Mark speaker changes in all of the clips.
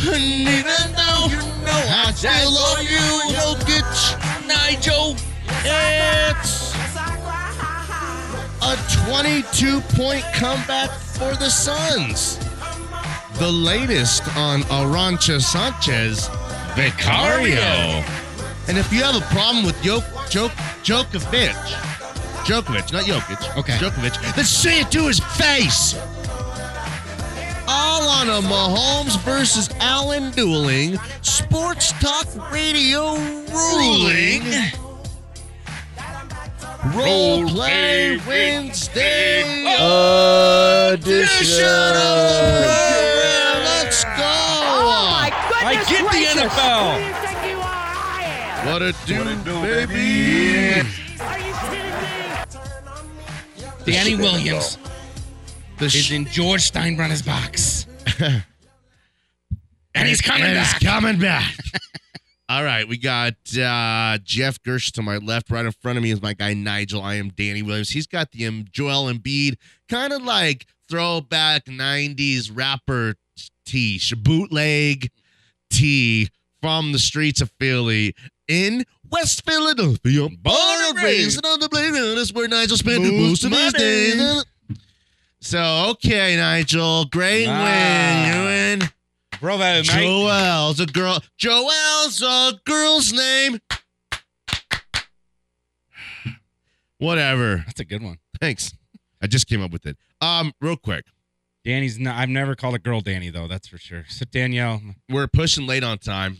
Speaker 1: Even though you know I still love you, Jokic, Nigel. It's a 22 point comeback for the Suns. The latest on Arancha Sanchez, Vicario. And if you have a problem with Jok, Jok, Djokovic, Djokovic, not Jokic,
Speaker 2: Okay.
Speaker 1: Djokovic, then say it to his face. All on a Mahomes versus Allen dueling sports talk radio ruling. Role play Wednesday edition of the program. Let's go.
Speaker 3: Oh my
Speaker 4: I
Speaker 3: goodness
Speaker 4: get
Speaker 3: gracious. Who do
Speaker 4: the NFL.
Speaker 3: you think you are? I am.
Speaker 1: What a do, baby.
Speaker 3: Are you kidding me?
Speaker 4: Danny Williams
Speaker 1: The
Speaker 4: is
Speaker 1: sh-
Speaker 4: in George Steinbrenner's box. and he's coming
Speaker 1: and
Speaker 4: back.
Speaker 1: He's coming back. All right, we got uh, Jeff Gersh to my left. Right in front of me is my guy Nigel. I am Danny Williams. He's got the um, Joel Embiid kind of like throwback '90s rapper tee, sh- bootleg tee from the streets of Philly in West Philadelphia. Born and raised on the playground. That's where Nigel spent most,
Speaker 4: Most
Speaker 1: of his
Speaker 4: my
Speaker 1: days.
Speaker 4: days.
Speaker 1: So okay, Nigel, great
Speaker 4: Wow.
Speaker 1: win. You win.
Speaker 4: Bro, that
Speaker 1: Joelle's a girl. Joelle's a girl's name. Whatever.
Speaker 4: That's a good one.
Speaker 1: Thanks. I just came up with it. Um, real quick,
Speaker 4: Danny's not, I've never called a girl Danny, though, that's for sure. So, Danielle,
Speaker 1: we're pushing late on time.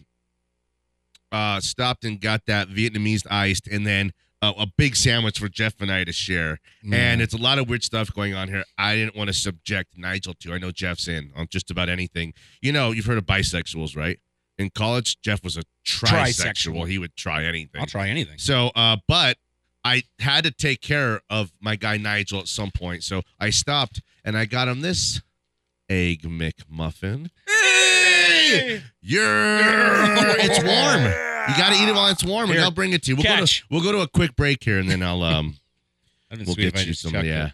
Speaker 1: Uh, stopped and got that Vietnamese iced, and then uh, a big sandwich for Jeff and I to share.
Speaker 4: Mm,
Speaker 1: And it's a lot of weird stuff going on here. I didn't want to subject Nigel to. I know Jeff's in on just about anything. You know, you've heard of bisexuals, right? In college, Jeff was a trisexual.
Speaker 4: Trisexual.
Speaker 1: He would try anything.
Speaker 4: I'll try anything.
Speaker 1: So, uh, but I had to take care of my guy Nigel at some point. So I stopped and I got him this egg McMuffin. Hey! Yeah! it's warm. You got to eat it while it's warm, and
Speaker 4: Here.
Speaker 1: I'll bring it to you. We'll go to,
Speaker 4: Catch.
Speaker 1: we'll go to a quick break here, and then I'll um
Speaker 4: That'd been
Speaker 1: we'll
Speaker 4: sweet if
Speaker 1: get
Speaker 4: I
Speaker 1: you
Speaker 4: just
Speaker 1: some.
Speaker 4: chucked it.
Speaker 1: Yeah,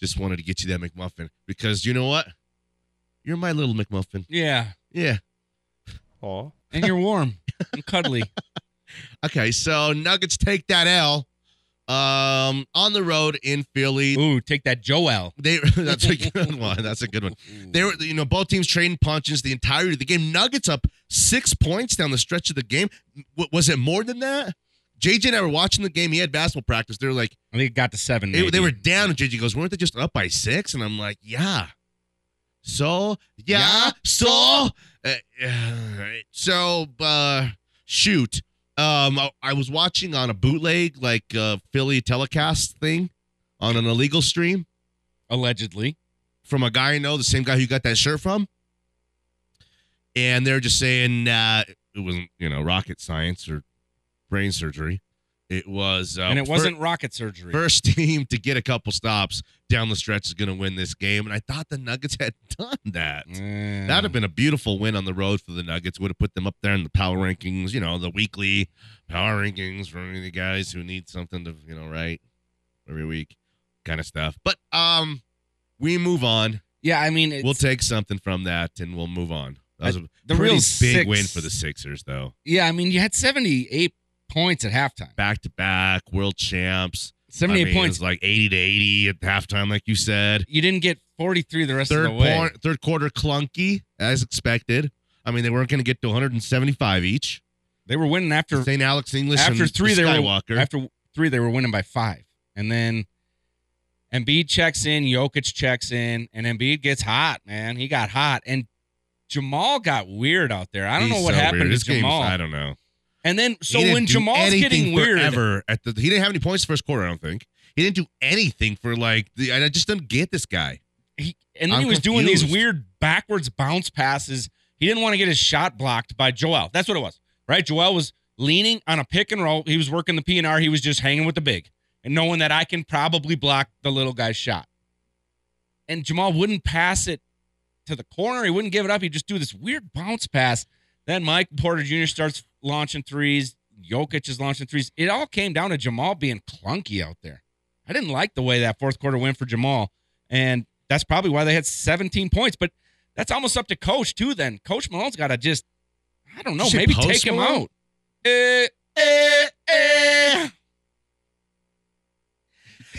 Speaker 1: just wanted to get you that McMuffin because you know what, you're my little McMuffin.
Speaker 4: Yeah.
Speaker 1: Yeah.
Speaker 4: And you're warm and cuddly.
Speaker 1: Okay, so Nuggets take that L, um, on the road in Philly.
Speaker 4: Ooh, take that Joel.
Speaker 1: They that's a good one. That's a good one. They were you know both teams trading punches the entirety of the game. Nuggets up six points down the stretch of the game. W- was it more than that? JJ and I were watching the game. He had basketball practice. They were like
Speaker 4: I think it got to seven.
Speaker 1: they, they
Speaker 4: maybe.
Speaker 1: were down, and JJ goes, "Weren't they just up by six? And I'm like, "Yeah." So yeah,
Speaker 4: Yeah,
Speaker 1: so uh, uh, so uh, shoot. Um, I, I was watching on a bootleg like uh, Philly telecast thing on an illegal stream
Speaker 4: allegedly.
Speaker 1: from a guy I know, the same guy who you got that shirt from. And they're just saying uh, it wasn't, you know, rocket science or brain surgery. It was, uh,
Speaker 4: and it
Speaker 1: fir-
Speaker 4: wasn't rocket surgery.
Speaker 1: first team to get a couple stops down the stretch is going to win this game. And I thought the Nuggets had done that.
Speaker 4: Yeah.
Speaker 1: That'd have been a beautiful win on the road for the Nuggets. Would have put them up there in the power rankings, you know, the weekly power rankings for any of the guys who need something to, you know, write every week, kind of stuff. But um, we move on
Speaker 4: Yeah, I mean, it's,
Speaker 1: we'll take something from that and we'll move on. That was a
Speaker 4: the
Speaker 1: pretty
Speaker 4: real
Speaker 1: big
Speaker 4: six-
Speaker 1: win for the Sixers, though.
Speaker 4: yeah, I mean, you had 78 points at halftime.
Speaker 1: Back to back world champs. I
Speaker 4: 78
Speaker 1: mean, it
Speaker 4: points.
Speaker 1: was like eighty to eighty at halftime, like you said.
Speaker 4: you didn't get 43 the rest
Speaker 1: Third
Speaker 4: of the way.
Speaker 1: point, third quarter clunky as expected. I mean, they weren't going to get to 175 each.
Speaker 4: They were winning after
Speaker 1: St. Alex English
Speaker 4: after
Speaker 1: and
Speaker 4: three they
Speaker 1: Skywalker.
Speaker 4: were after three they were winning by five, and then Embiid checks in, Jokic checks in, and Embiid gets hot. Man, he got hot, and Jamal got weird out there. I don't know
Speaker 1: He's
Speaker 4: what
Speaker 1: so
Speaker 4: happened
Speaker 1: weird.
Speaker 4: to
Speaker 1: This game's-
Speaker 4: Jamal.
Speaker 1: I don't know.
Speaker 4: and then so
Speaker 1: He didn't
Speaker 4: when
Speaker 1: do
Speaker 4: Jamal's
Speaker 1: anything
Speaker 4: getting weird,
Speaker 1: forever at the, he didn't have any points the first quarter. I don't think he didn't do anything for like. The, I just don't get this guy.
Speaker 4: he, and then
Speaker 1: I'm
Speaker 4: he was doing these
Speaker 1: confused.
Speaker 4: weird backwards bounce passes. He didn't want to get his shot blocked by Joel. That's what it was, right? Joel was leaning on a pick and roll. He was working the P and R. He was just hanging with the big and knowing that I can probably block the little guy's shot. And Jamal wouldn't pass it to the corner. He wouldn't give it up. He'd just do this weird bounce pass. Then Mike Porter Jr. starts launching threes. Jokic is launching threes. It all came down to Jamal being clunky out there. I didn't like the way that fourth quarter went for Jamal. And that's probably why they had 17 points. But that's almost up to coach too. Then Coach Malone's got to just, I don't know,
Speaker 1: You say
Speaker 4: maybe
Speaker 1: post
Speaker 4: take him
Speaker 1: Malone?
Speaker 4: out. Eh, eh,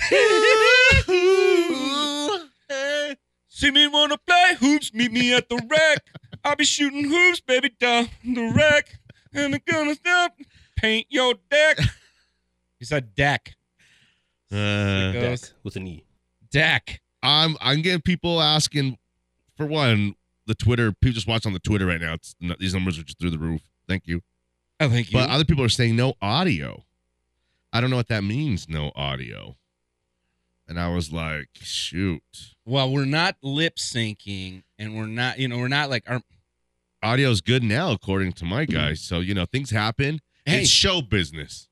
Speaker 4: eh. See me wanna play hoops, meet me at the rack. I'll be shooting hoops, baby, down the rack. And I'm gonna stop. Paint your deck. He said deck.
Speaker 1: Uh,
Speaker 4: Goes.
Speaker 2: Deck with an E.
Speaker 4: Deck.
Speaker 1: I'm I'm getting people asking for one the Twitter people just watch on the Twitter right now. It's not, these numbers are just through the roof. Thank you.
Speaker 4: I think you.
Speaker 1: But other people are saying no audio. I don't know what that means. No audio. And I was like, shoot,
Speaker 4: well, we're not lip syncing, and we're not, you know, we're not like um, our.
Speaker 1: audio's good now according to my guy. So you know things happen.
Speaker 4: Hey,
Speaker 1: It's
Speaker 4: it's,
Speaker 1: show business.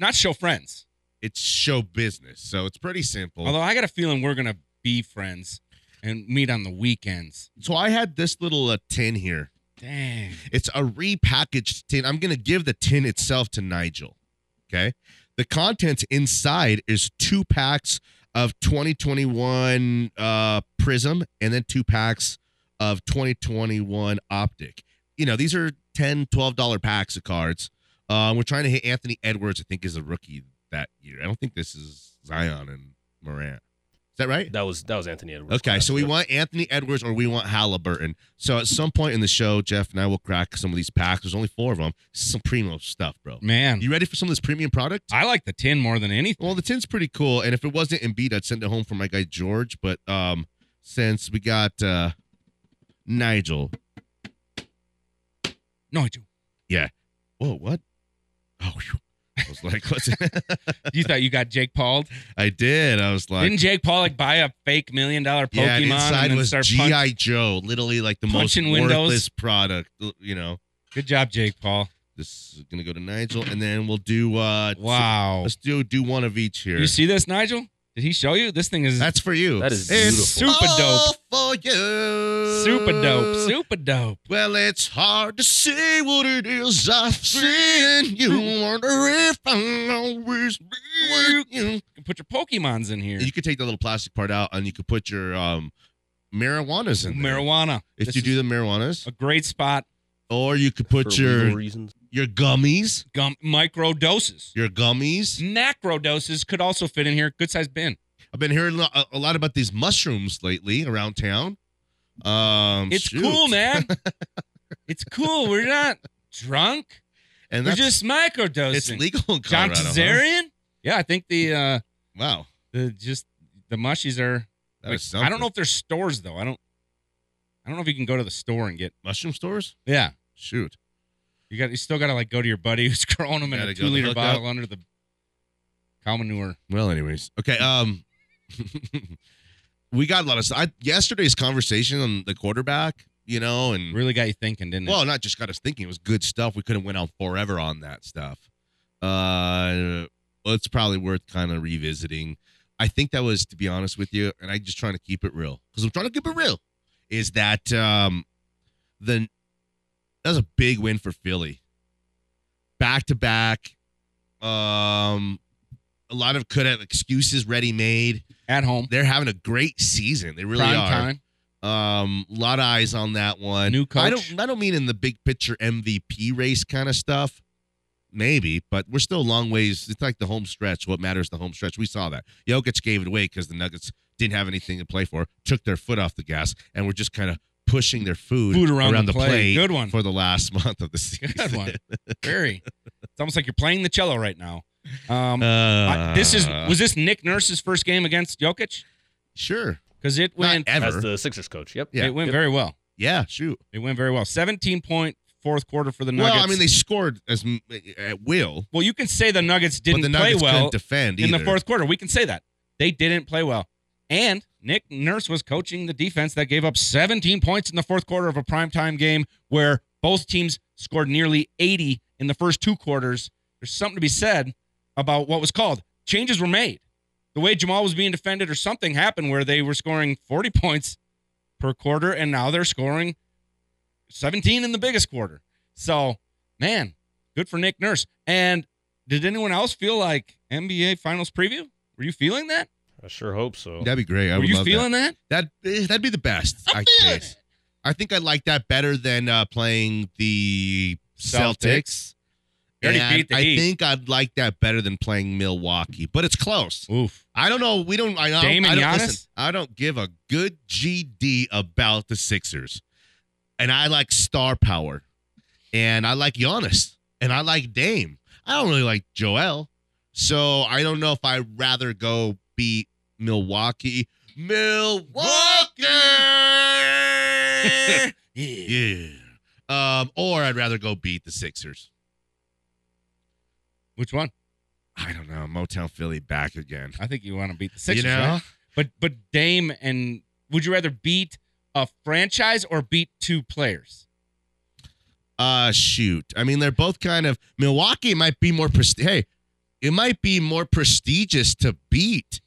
Speaker 4: not show friends.
Speaker 1: It's show business. So it's pretty simple.
Speaker 4: Although I got a feeling we're gonna be friends and meet on the weekends.
Speaker 1: so I had this little uh, tin here.
Speaker 4: Dang.
Speaker 1: It's a repackaged tin. I'm going to give the tin itself to Nigel. Okay. The contents inside is two packs of 2021 uh, Prism and then two packs of 2021 Optic. You know, these are 10 $12 packs of cards. Uh, we're trying to hit Anthony Edwards, I think, is a rookie that year. I don't think this is Zion and Morant. Is that right?
Speaker 2: That was that was Anthony Edwards.
Speaker 1: Okay, so we
Speaker 2: Yep.
Speaker 1: want Anthony Edwards or we want Halliburton. So at some point in the show, Jeff and I will crack some of these packs. There's only four of them. This is some premium stuff, bro.
Speaker 4: Man,
Speaker 1: You ready for some of this premium product?
Speaker 4: I like the tin more than anything.
Speaker 1: Well, the tin's pretty cool, and if it wasn't Embiid, I'd send it home for my guy George. But um, since we got uh, Nigel,
Speaker 4: No, I do.
Speaker 1: whoa, what? Oh, phew. I was like, what's it?
Speaker 4: You thought you got Jake Paul?
Speaker 1: I did. I was like,
Speaker 4: Didn't Jake Paul like buy a fake million dollar Pokemon
Speaker 1: yeah, and
Speaker 4: and
Speaker 1: inside
Speaker 4: then
Speaker 1: was
Speaker 4: start
Speaker 1: GI
Speaker 4: punch-
Speaker 1: Joe, literally like the most
Speaker 4: Punching windows.
Speaker 1: worthless product. You know,
Speaker 4: Good job, Jake Paul.
Speaker 1: this is gonna go to Nigel, and then we'll do uh,
Speaker 4: Wow.
Speaker 1: Let's do do one of each here.
Speaker 4: You see this, Nigel? Did he show you? This thing is
Speaker 1: That's for you.
Speaker 2: That is
Speaker 1: it's
Speaker 2: beautiful.
Speaker 4: Super
Speaker 1: all for you.
Speaker 4: super dope. Super dope.
Speaker 1: Well, it's hard to say what it is I see in you. Wonder if I'll always be with you.
Speaker 4: You can put your Pokemons in here.
Speaker 1: You could take the little plastic part out, and you could put your um marijuanas in there.
Speaker 4: Marijuana.
Speaker 1: If
Speaker 4: This
Speaker 1: you do
Speaker 4: is
Speaker 1: the marijuanas,
Speaker 4: a great spot.
Speaker 1: or you could
Speaker 2: For
Speaker 1: put
Speaker 2: legal
Speaker 1: your
Speaker 2: reasons.
Speaker 1: your gummies,
Speaker 4: Gum micro doses.
Speaker 1: your gummies.
Speaker 4: Macro doses could also fit in here. Good size bin.
Speaker 1: I've been hearing lo- a a lot about these mushrooms lately around town. Um,
Speaker 4: It's
Speaker 1: shoot.
Speaker 4: cool, man. it's cool. We're not drunk.
Speaker 1: and
Speaker 4: We're
Speaker 1: that's
Speaker 4: just micro
Speaker 1: it's
Speaker 4: dosing.
Speaker 1: legal in
Speaker 4: John
Speaker 1: Colorado. huh?
Speaker 4: Tazarian? Yeah, I think the uh
Speaker 1: Wow,
Speaker 4: the just the mushies are
Speaker 1: that
Speaker 4: Like,
Speaker 1: is
Speaker 4: I don't
Speaker 1: something.
Speaker 4: know if there's stores though. I don't. I don't know if you can go to the store and get.
Speaker 1: mushroom stores.
Speaker 4: Yeah,
Speaker 1: Shoot,
Speaker 4: you got. You still got to like go to your buddy who's growing them in
Speaker 1: Gotta
Speaker 4: a
Speaker 1: go the
Speaker 4: two liter
Speaker 1: hook
Speaker 4: bottle under the cow manure.
Speaker 1: Well, anyways, okay. Um, we got a lot of. I, yesterday's conversation on the quarterback, you know, and
Speaker 4: Really got you thinking, didn't it?
Speaker 1: Mm. well, not just got us thinking. It was good stuff. We could have went on forever on that stuff. Uh, well, it's probably worth kind of revisiting. I think that was, to be honest with you, and I'm just trying to keep it real because I'm trying to keep it real. Is that um, the that was a big win for Philly. Back to back, um, a lot of could have excuses ready made.
Speaker 4: at home,
Speaker 1: They're having a great season. They really
Speaker 4: prime
Speaker 1: are.
Speaker 4: time.
Speaker 1: Um, a lot of eyes on that one.
Speaker 4: New coach.
Speaker 1: I don't. I don't mean in the big picture MVP race kind of stuff. Maybe, but we're still a long ways. It's like the home stretch. What matters the home stretch? We saw that. Jokic gave it away because the Nuggets didn't have anything to play for, took their foot off the gas, and were just kind of pushing their food,
Speaker 4: Food around, the, play.
Speaker 1: plate
Speaker 4: Good one.
Speaker 1: for the last month of the season.
Speaker 4: Good one. Very. It's almost like you're playing the cello right now. Um, I- this is
Speaker 1: Uh,
Speaker 4: was this Nick Nurse's first game against Jokic
Speaker 1: sure.
Speaker 4: because
Speaker 1: Not
Speaker 4: it went
Speaker 1: ever.
Speaker 2: As the Sixers coach. Yep.
Speaker 1: yeah.
Speaker 4: it went very well.
Speaker 1: yeah. Shoot.
Speaker 4: It went very well. Seventeen point fourth quarter for the Nuggets.
Speaker 1: Well, I mean, they scored as at will,
Speaker 4: Well, you can say the Nuggets
Speaker 1: but
Speaker 4: didn't
Speaker 1: the Nuggets
Speaker 4: play well
Speaker 1: couldn't defend
Speaker 4: in the
Speaker 1: either.
Speaker 4: fourth quarter. We can say that. They didn't play well. And Nick Nurse was coaching the defense that gave up 17 points in the fourth quarter of a primetime game where both teams scored nearly 80 in the first two quarters. There's something to be said about what was called. Changes were made. The way Jamal was being defended or something happened where they were scoring 40 points per quarter and now they're scoring 17 in the biggest quarter. So, man, good for Nick Nurse. And did anyone else feel like NBA Finals preview? Were you feeling that?
Speaker 2: I sure hope so.
Speaker 1: That'd be great. I
Speaker 4: Were
Speaker 1: would
Speaker 4: you
Speaker 1: love that.
Speaker 4: feeling that?
Speaker 1: That eh, that'd be the best.
Speaker 4: I'm
Speaker 1: I
Speaker 4: feeling
Speaker 1: guess. I think I like that better than uh, playing the Celtics.
Speaker 4: Celtics. You already
Speaker 1: And
Speaker 4: beat the
Speaker 1: I
Speaker 4: Heat.
Speaker 1: think I'd like that better than playing Milwaukee, but it's close.
Speaker 4: Oof.
Speaker 1: I don't know. We don't. I don't.
Speaker 4: Dame and
Speaker 1: I don't,
Speaker 4: Giannis?
Speaker 1: listen, I don't give a good GD about the Sixers, and I like star power, and I like Giannis, and I like Dame. I don't really like Joel, so I don't know if I would rather go beat Milwaukee. Milwaukee,
Speaker 4: Yeah.
Speaker 1: yeah. Um, or I'd rather go beat the Sixers.
Speaker 4: Which one?
Speaker 1: I don't know. Motown Philly back again.
Speaker 4: I think you want to beat the Sixers.
Speaker 1: you know.
Speaker 4: right? But but Dame and would you rather beat a franchise or beat two players?
Speaker 1: Uh shoot. I mean, they're both kind of Milwaukee might be more presti- hey, it might be more prestigious to beat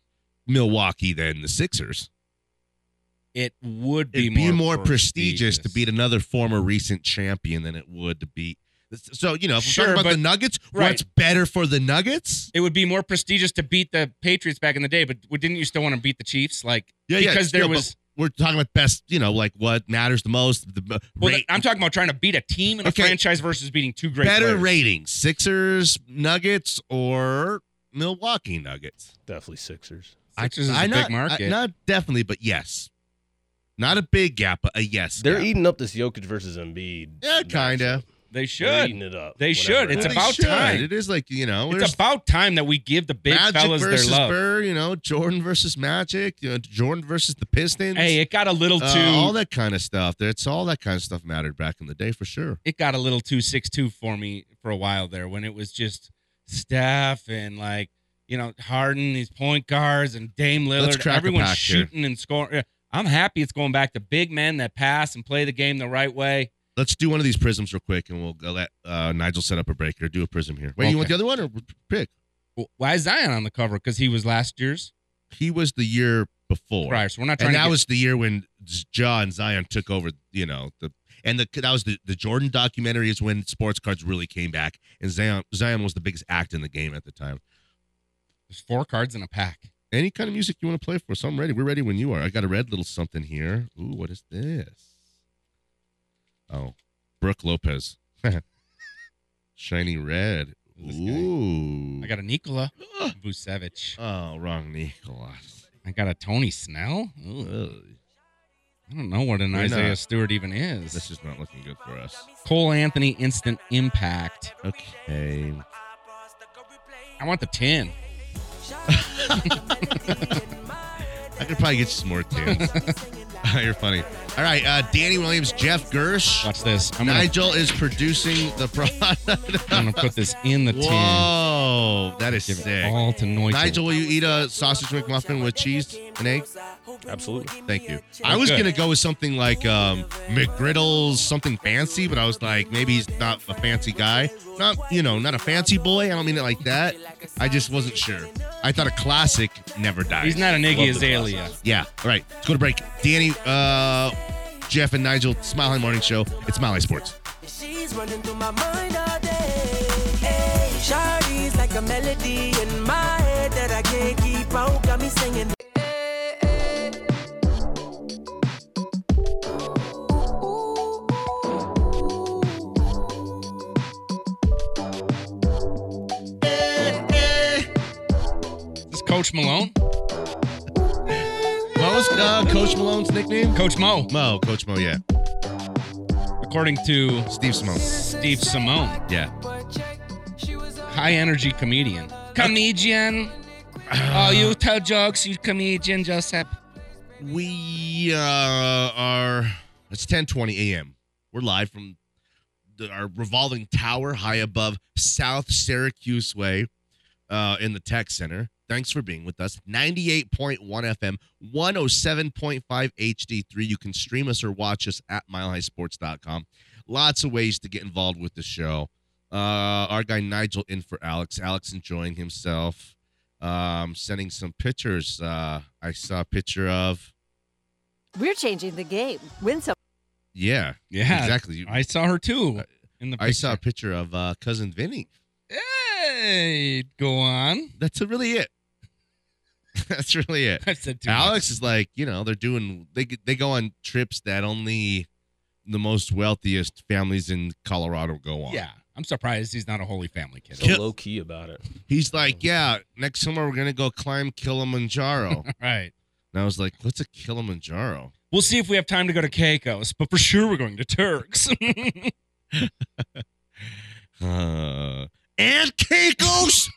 Speaker 1: Milwaukee than the Sixers.
Speaker 4: It would be
Speaker 1: It'd
Speaker 4: more,
Speaker 1: be more, prestigious to beat another former recent champion than it would to beat. So you know, if
Speaker 4: Sure,
Speaker 1: we're talking about
Speaker 4: but-
Speaker 1: the Nuggets,
Speaker 4: right.
Speaker 1: what's better for the Nuggets?
Speaker 4: It would be more prestigious to beat the Patriots back in the day, but didn't you still want to beat the Chiefs? Like
Speaker 1: Yeah, yeah,
Speaker 4: because there
Speaker 1: yeah, but
Speaker 4: was.
Speaker 1: We're talking about best, you know, like what matters the most. The m-
Speaker 4: Well,
Speaker 1: rate-
Speaker 4: I'm talking about trying to beat a team and
Speaker 1: Okay.
Speaker 4: a franchise versus beating two great
Speaker 1: better
Speaker 4: players.
Speaker 1: ratings: Sixers, Nuggets, or Milwaukee Nuggets.
Speaker 2: Definitely Sixers.
Speaker 4: Sixers is
Speaker 1: I
Speaker 4: a
Speaker 1: not,
Speaker 4: big market.
Speaker 1: I- not definitely, but yes. Not a big gap, but a yes.
Speaker 2: They're
Speaker 1: gap.
Speaker 2: eating up this Jokic versus Embiid.
Speaker 1: Yeah, kinda.
Speaker 2: matchup.
Speaker 4: they
Speaker 2: They're
Speaker 4: should.
Speaker 2: eating it up.
Speaker 4: They
Speaker 2: whatever
Speaker 4: should. It's
Speaker 1: Well,
Speaker 2: happens.
Speaker 1: they
Speaker 4: about
Speaker 1: should.
Speaker 4: time.
Speaker 1: It is like you know,
Speaker 4: It's
Speaker 1: there's
Speaker 4: about time that we give the big
Speaker 1: Magic
Speaker 4: fellas their
Speaker 1: versus
Speaker 4: love.
Speaker 1: Burr, you know, Jordan versus Magic, you know, Jordan versus the Pistons.
Speaker 4: Hey, it got a little too.
Speaker 1: uh, all that kind of stuff. That's all that kind of stuff mattered back in the day for sure.
Speaker 4: it got a little too six two for me for a while there when it was just Steph and like you know Harden, these point guards and Dame
Speaker 1: Let's
Speaker 4: Lillard,
Speaker 1: crack a
Speaker 4: everyone's
Speaker 1: pack here.
Speaker 4: shooting and scoring. Yeah, I'm happy it's going back to big men that pass and play the game the right way.
Speaker 1: Let's do one of these prisms real quick, and we'll go let uh, Nigel set up a breaker. Do a prism here. Wait, you want
Speaker 4: Okay.
Speaker 1: the other one or pick?
Speaker 4: W- Why is Zion on the cover? Because he was last year's
Speaker 1: He was the year before.
Speaker 4: prior. So we're not trying
Speaker 1: and
Speaker 4: to.
Speaker 1: that
Speaker 4: get-
Speaker 1: was the year when Ja and Zion took over. You know the and the that was the, the Jordan documentary is when sports cards really came back, and Zion Zion was the biggest act in the game at the time.
Speaker 4: there's four cards in a pack.
Speaker 1: Any kind of music you want to play for? us, I'm ready. We're ready when you are. I got a red little something here. Ooh, what is this? Oh, Brooke Lopez, shiny red.
Speaker 4: This guy.
Speaker 1: Ooh,
Speaker 4: I got a Nikola Vucevic.
Speaker 1: oh wrong Nicholas.
Speaker 4: I got a Tony Snell. Ooh,
Speaker 1: Ugh,
Speaker 4: I don't know what an
Speaker 1: Why not?
Speaker 4: Isaiah Stewart even is.
Speaker 1: This is not looking good for us.
Speaker 4: Cole Anthony instant impact.
Speaker 1: Okay.
Speaker 4: I want the ten.
Speaker 1: I could probably get you some more tins. You're funny. All right, uh, Danny Williams, Jeff Gersh,
Speaker 4: Watch this. I'm gonna,
Speaker 1: Nigel is producing the product.
Speaker 4: I'm gonna put this in the tin.
Speaker 1: Whoa, that is
Speaker 4: Give
Speaker 1: sick.
Speaker 4: it all to noise.
Speaker 1: Nigel, will you eat a sausage McMuffin with cheese and egg?
Speaker 2: Absolutely.
Speaker 1: Thank you. I was
Speaker 4: Good.
Speaker 1: gonna go with something like um, McGriddles, something fancy, but I was like, maybe he's not a fancy guy. Not, you know, not a fancy boy. I don't mean it like that. I just wasn't sure. I thought a classic never dies.
Speaker 4: He's not an Iggy
Speaker 2: Love the
Speaker 4: Azalea.
Speaker 1: Yeah. All right. Let's go to break. Danny, uh, Jeff, and Nigel, Smile High Morning Show. It's Smile High Sports.
Speaker 5: She's running through my mind all day. Hey, Shawty's like a melody in my head that I can't keep out. Got me singing.
Speaker 4: Is this Coach Malone?
Speaker 1: What was uh, Coach Malone's nickname?
Speaker 4: Coach Mo,
Speaker 1: Mo. Coach Mo, yeah.
Speaker 4: according to
Speaker 1: Steve Simone.
Speaker 4: Steve Simone,
Speaker 1: Yeah.
Speaker 4: high energy comedian. Comedian. Oh, you tell jokes, you comedian, Joseph.
Speaker 1: We uh, are, it's 1020 a.m. We're live from the, our revolving tower high above South Syracuse Way uh, in the Tech Center. Thanks for being with us. 98.1 FM, 107.5 HD3. You can stream us or watch us at milehighsports.com. Lots of ways to get involved with the show. Uh, our guy Nigel in for Alex. Alex enjoying himself. Um, sending some pictures. Uh, I saw a picture of,
Speaker 6: We're changing the game. Win some.
Speaker 1: yeah,
Speaker 4: Yeah,
Speaker 1: exactly.
Speaker 4: I saw her too. In the
Speaker 1: I saw a
Speaker 4: picture.
Speaker 1: picture of uh, cousin Vinny.
Speaker 4: Hey, go on.
Speaker 1: that's really it. that's really it.
Speaker 4: I've said too much.
Speaker 1: Alex is like, you know, they're doing they they go on trips that only the most wealthiest families in Colorado go on.
Speaker 4: Yeah, I'm surprised he's not a Holy Family kid.
Speaker 2: So
Speaker 1: Kill-
Speaker 2: low key about it.
Speaker 1: He's like, yeah, next summer we're gonna go climb Kilimanjaro.
Speaker 4: Right.
Speaker 1: and I was like, what's a Kilimanjaro?
Speaker 4: We'll see if we have time to go to Caicos, but for sure we're going to Turks.
Speaker 1: Uh, and Caicos.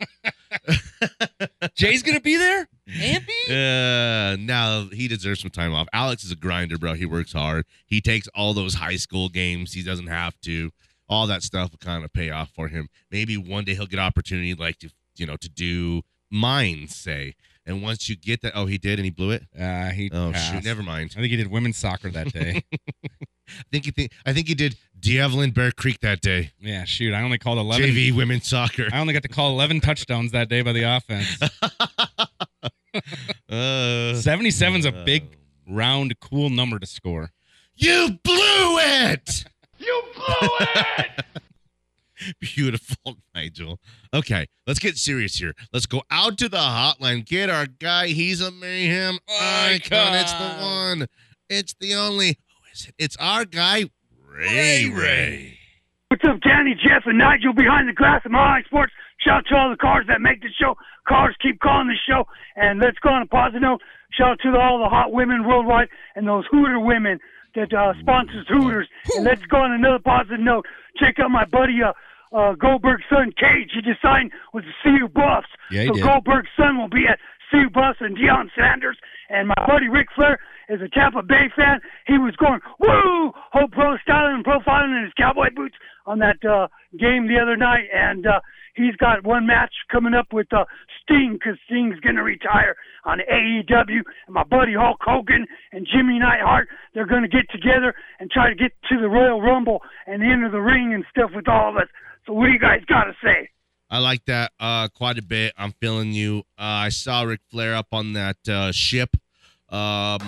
Speaker 4: Jay's gonna be there. Ampy.
Speaker 1: Uh, now he deserves some time off. Alex is a grinder, bro. He works hard. He takes all those high school games. He doesn't have to. All that stuff will kind of pay off for him. Maybe one day he'll get opportunity, like to you know, to do mine, say. And once you get that, oh, he did, and he blew it.
Speaker 4: Uh, he.
Speaker 1: Oh shoot,
Speaker 4: passed.
Speaker 1: never mind.
Speaker 4: I think he did women's soccer that day.
Speaker 1: I think he think I think he did Diavolin Bear Creek that day.
Speaker 4: yeah, shoot. I only called eleven.
Speaker 1: JV women's soccer.
Speaker 4: I only got to call eleven touchdowns that day by the offense.
Speaker 1: Uh, oh,
Speaker 4: Seventy-seven's a big, round, cool number to score.
Speaker 1: You blew it.
Speaker 3: You blew it!
Speaker 1: Beautiful, Nigel. Okay, let's get serious here. Let's go out to the hotline. Get our guy. He's a mayhem icon. It's the
Speaker 4: Icon.
Speaker 1: one. It's the only. Who is it? It's our guy, Ray Ray.
Speaker 7: What's up, Danny, Jeff, and Nigel behind the glass of Mahoney Sports? Shout out to all the cars that make the show. Cars keep calling the show, and let's go on a positive note. Shout out to all the hot women worldwide and those Hooter women that uh, sponsors Hooters. And let's go on another positive note. Check out my buddy uh, uh, Goldberg's son, Cage. He just signed with the CU Buffs.
Speaker 4: Yeah, he
Speaker 7: so
Speaker 4: did.
Speaker 7: Goldberg's son will be at CU Buffs and Deion Sanders. And my buddy Ric Flair is a Tampa Bay fan. He was going, woo, whole pro styling and profiling in his cowboy boots on that uh, game the other night. And uh, he's got one match coming up with uh, Sting because Sting's going to retire on AEW. And my buddy Hulk Hogan and Jimmy Neidhart, they're going to get together and try to get to the Royal Rumble and enter the ring and stuff with all of us. So what do you guys got to say?
Speaker 1: I like that uh, quite a bit. I'm feeling you. Uh, I saw Ric Flair up on that uh, ship. Um,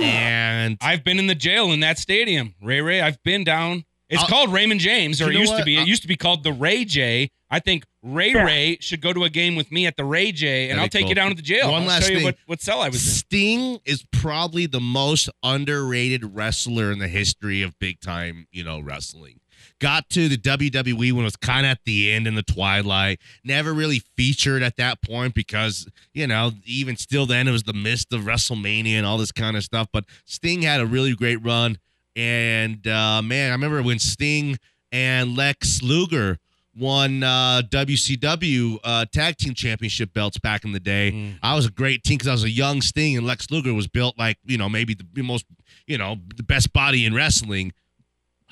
Speaker 1: And
Speaker 4: I've been in the jail in that stadium, Ray Ray. I've been down. It's
Speaker 1: I'll-
Speaker 4: called Raymond James, or
Speaker 1: Uh, You
Speaker 4: it
Speaker 1: know
Speaker 4: used to
Speaker 1: what? Uh,
Speaker 4: be.
Speaker 1: I-
Speaker 4: It used to be called the Ray J. I think Ray Ray should go to a game with me at the Ray J, and
Speaker 1: That'd
Speaker 4: I'll
Speaker 1: be
Speaker 4: take
Speaker 1: cool.
Speaker 4: you down to the jail.
Speaker 1: One
Speaker 4: I'll
Speaker 1: last
Speaker 4: show you
Speaker 1: thing.
Speaker 4: What, what cell I was
Speaker 1: Sting is probably the most underrated wrestler in the history of big time, you know, wrestling. Got to the WWE when it was kind of at the end in the twilight. Never really featured at that point because, you know, even still then it was the mist of WrestleMania and all this kind of stuff. But Sting had a really great run. And uh, man, I remember when Sting and Lex Luger won uh, WCW uh, tag team championship belts back in the day.
Speaker 4: Mm.
Speaker 1: I was a great team because I was a young Sting, and Lex Luger was built like you know maybe the most you know the best body in wrestling.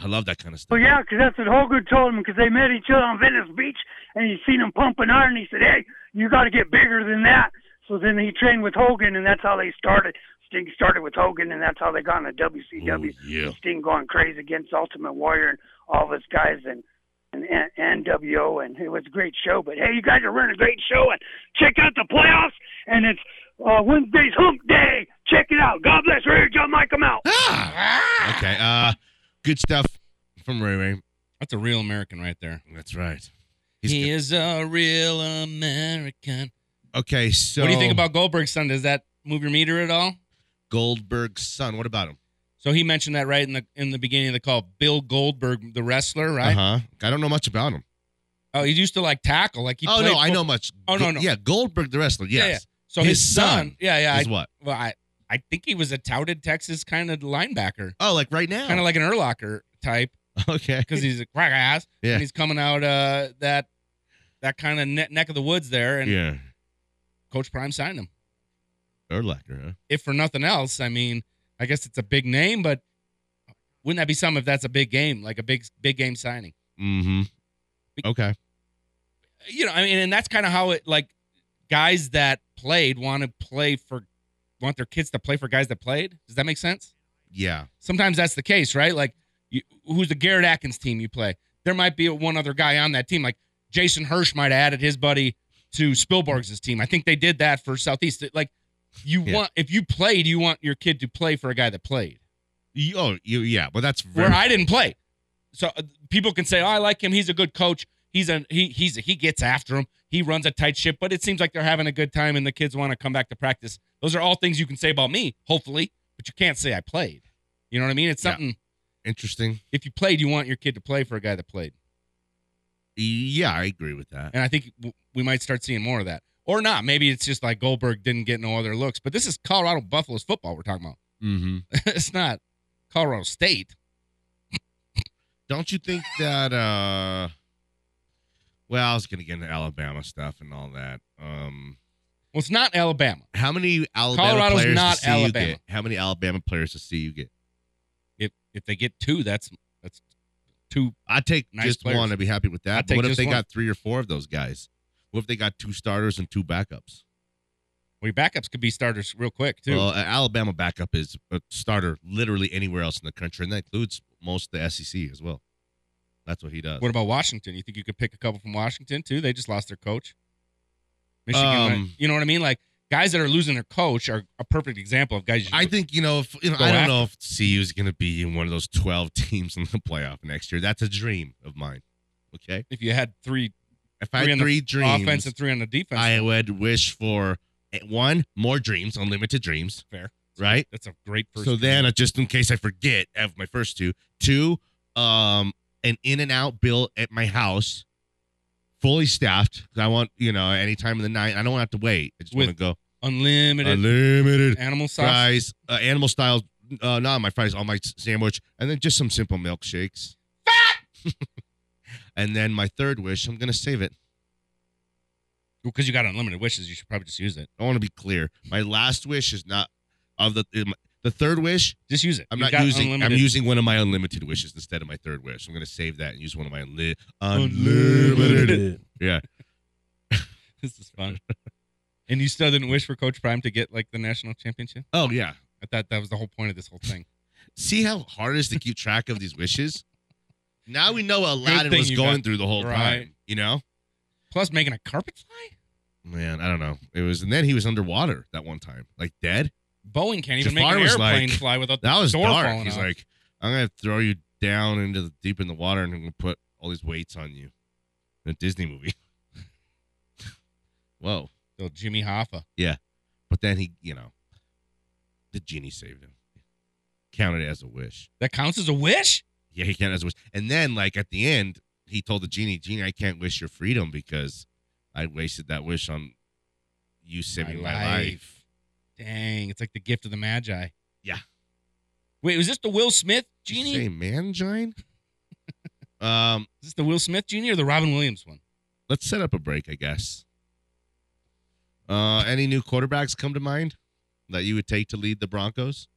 Speaker 1: I love that kind of stuff.
Speaker 7: Well, yeah, 'cause that's what Hogan told him 'cause they met each other on Venice Beach, and he seen him pumping iron. He said, "Hey, you got to get bigger than that." So then he trained with Hogan, and that's how they started. Sting started with Hogan, and that's how they got into WCW.
Speaker 1: Ooh, Oh, yeah.
Speaker 7: Sting going crazy against Ultimate Warrior and all of his guys, and and and- and NWO, and it was a great show. But hey, you guys are running a great show, and check out the playoffs, and it's uh, Wednesday's Hump Day. Check it out. God bless. Radio John Mike. I'm out.
Speaker 1: Ah! Okay. Uh, good stuff from Ray Ray.
Speaker 4: in. That's a real American right there.
Speaker 1: That's right. He's
Speaker 4: He is a real American.
Speaker 1: good. Okay. So
Speaker 4: what do you think about Goldberg's son? Does that move your meter at all?
Speaker 1: Goldberg's son? What about him?
Speaker 4: So he mentioned that right in the in the beginning of the call. Bill Goldberg, the wrestler, right?
Speaker 1: Uh huh. I don't know much about him.
Speaker 4: Oh, he used to like tackle, like he.
Speaker 1: oh
Speaker 4: played
Speaker 1: no, I
Speaker 4: fo-
Speaker 1: know much.
Speaker 4: Oh, no,
Speaker 1: Go-
Speaker 4: no.
Speaker 1: Yeah, Goldberg the wrestler.
Speaker 4: Yeah,
Speaker 1: Yes.
Speaker 4: So
Speaker 1: His
Speaker 4: his,
Speaker 1: son
Speaker 4: son, yeah, yeah. I,
Speaker 1: Is what?
Speaker 4: well, I I think he was a touted Texas kind of linebacker,
Speaker 1: Oh, like right now.
Speaker 4: kind of like an Urlacher type,
Speaker 1: okay.
Speaker 4: because he's a crack ass,
Speaker 1: Yeah.
Speaker 4: and he's coming out uh that that kind of ne- neck of the woods there, and
Speaker 1: yeah.
Speaker 4: Coach Prime signed him.
Speaker 1: Erlacher, huh?
Speaker 4: If for nothing else, I mean, I guess it's a big name, but wouldn't that be something if that's a big game, like a big big game signing?
Speaker 1: Mm-hmm. Okay.
Speaker 4: you know, I mean, and that's kind of how it like guys that played want to play for want their kids to play for guys that played. Does that make sense?
Speaker 1: Yeah.
Speaker 4: Sometimes that's the case, right? Like, you, who's the Garrett Atkins team you play? There might be one other guy on that team. Like Jason Hirsch might have added his buddy to Spielberg's team. I think they did that for Southeast. Like, you
Speaker 1: Yeah.
Speaker 4: want if you played, you want your kid to play for a guy that played
Speaker 1: You, oh, you, yeah. Well, that's very,
Speaker 4: where I didn't play. So uh, people can say, "Oh, I like him. He's a good coach. He's a he he's he gets after him. He runs a tight ship." But it seems like they're having a good time, and the kids want to come back to practice. Those are all things you can say about me, hopefully, but you can't say I played. You know what I mean? It's
Speaker 1: Yeah.
Speaker 4: something
Speaker 1: Interesting.
Speaker 4: If you played, you want your kid to play for a guy that played.
Speaker 1: Yeah, I agree with that.
Speaker 4: And I think w- we might start seeing more of that. Or not. Maybe it's just like Goldberg didn't get no other looks. But this is Colorado Buffaloes football we're talking about.
Speaker 1: Mm-hmm.
Speaker 4: it's not Colorado State.
Speaker 1: Don't you think that? uh Well, I was gonna get into Alabama stuff and all that. Um
Speaker 4: Well, it's not Alabama.
Speaker 1: How many Alabama
Speaker 4: Colorado's
Speaker 1: players
Speaker 4: not
Speaker 1: to see
Speaker 4: Alabama.
Speaker 1: you get? How many Alabama players to see you get?
Speaker 4: If if they get two, that's that's two.
Speaker 1: I take
Speaker 4: Nice
Speaker 1: just
Speaker 4: players.
Speaker 1: one. I'd be happy with
Speaker 4: I'd
Speaker 1: that. But
Speaker 4: take
Speaker 1: what if
Speaker 4: just
Speaker 1: they
Speaker 4: one.
Speaker 1: got three or four of those guys? What if they got two starters and two backups?
Speaker 4: Well, your backups could be starters real quick too.
Speaker 1: Well, an Alabama backup is a starter literally anywhere else in the country, and that includes most of the SEC as well. That's what he does.
Speaker 4: What about Washington? You think you could pick a couple from Washington too? They just lost their coach. Michigan, like-
Speaker 1: Um,
Speaker 4: you know what I mean? Like guys that are losing their coach are a perfect example of guys. You
Speaker 1: I think you know. If, you know
Speaker 4: Go
Speaker 1: I don't
Speaker 4: after.
Speaker 1: know if CU is going to be in one of those twelve teams in the playoff next year. That's a dream of mine. Okay,
Speaker 4: if you had three
Speaker 1: if I
Speaker 4: Three on
Speaker 1: had
Speaker 4: the
Speaker 1: three dreams,
Speaker 4: offense and three on the defense,
Speaker 1: I would wish for eh, one more dreams, unlimited dreams,
Speaker 4: fair,
Speaker 1: right?
Speaker 4: That's a great first.
Speaker 1: so then, uh, just in case I forget, I have my first two, two, um, an in and out bill at my house, fully staffed. 'cause I want you know any time of the night. I don't want to have to wait. I just want to
Speaker 4: With
Speaker 1: go
Speaker 4: unlimited
Speaker 1: unlimited
Speaker 4: animal sauce.
Speaker 1: fries, uh, animal style. Uh, not my fries, all my s- sandwich, and then just some simple milkshakes. and then my third wish, I'm gonna save it.
Speaker 4: because you got unlimited wishes, you should probably just use it.
Speaker 1: I want to be clear. My last wish is not of the um, the third wish.
Speaker 4: Just use it.
Speaker 1: I'm
Speaker 4: You've
Speaker 1: not
Speaker 4: got
Speaker 1: using.
Speaker 4: Unlimited.
Speaker 1: I'm using one of my unlimited wishes instead of my third wish. I'm gonna save that and use one of my unli- unlimited. yeah,
Speaker 4: this is fun. and you still didn't wish for Coach Prime to get like the national championship.
Speaker 1: Oh yeah.
Speaker 4: I thought that was the whole point of this whole thing.
Speaker 1: See how hard it is to keep track of these wishes. Now we know what Aladdin
Speaker 4: thing
Speaker 1: was
Speaker 4: you
Speaker 1: going
Speaker 4: got-
Speaker 1: through the whole
Speaker 4: Right.
Speaker 1: time. You know.
Speaker 4: Plus, making a carpet fly.
Speaker 1: Man, I don't know. It was, and then he was underwater that one time, like dead.
Speaker 4: Boeing can't even
Speaker 1: Jafar
Speaker 4: make an
Speaker 1: was
Speaker 4: airplane
Speaker 1: like-
Speaker 4: fly without
Speaker 1: That was
Speaker 4: the door
Speaker 1: dark.
Speaker 4: falling
Speaker 1: He's
Speaker 4: off.
Speaker 1: like, I'm gonna throw you down into the deep in the water, and I'm gonna put all these weights on you. In a Disney movie. Whoa!
Speaker 4: Oh, Jimmy Hoffa.
Speaker 1: But then he, you know, the genie saved him. Counted it as a wish.
Speaker 4: That counts as a wish?
Speaker 1: Yeah, he counted it as a wish. And then, like at the end, he told the genie, "Genie, I can't wish your freedom because I wasted that wish on you saving my, life."
Speaker 4: Dang, it's like the gift of the Magi.
Speaker 1: Yeah.
Speaker 4: Wait, was this the Will Smith
Speaker 1: Did you
Speaker 4: genie?
Speaker 1: say
Speaker 4: Is
Speaker 1: mangine. um,
Speaker 4: this the Will Smith genie or the Robin Williams one?
Speaker 1: let's set up a break, I guess. Uh, any new quarterbacks come to mind that you would take to lead the Broncos?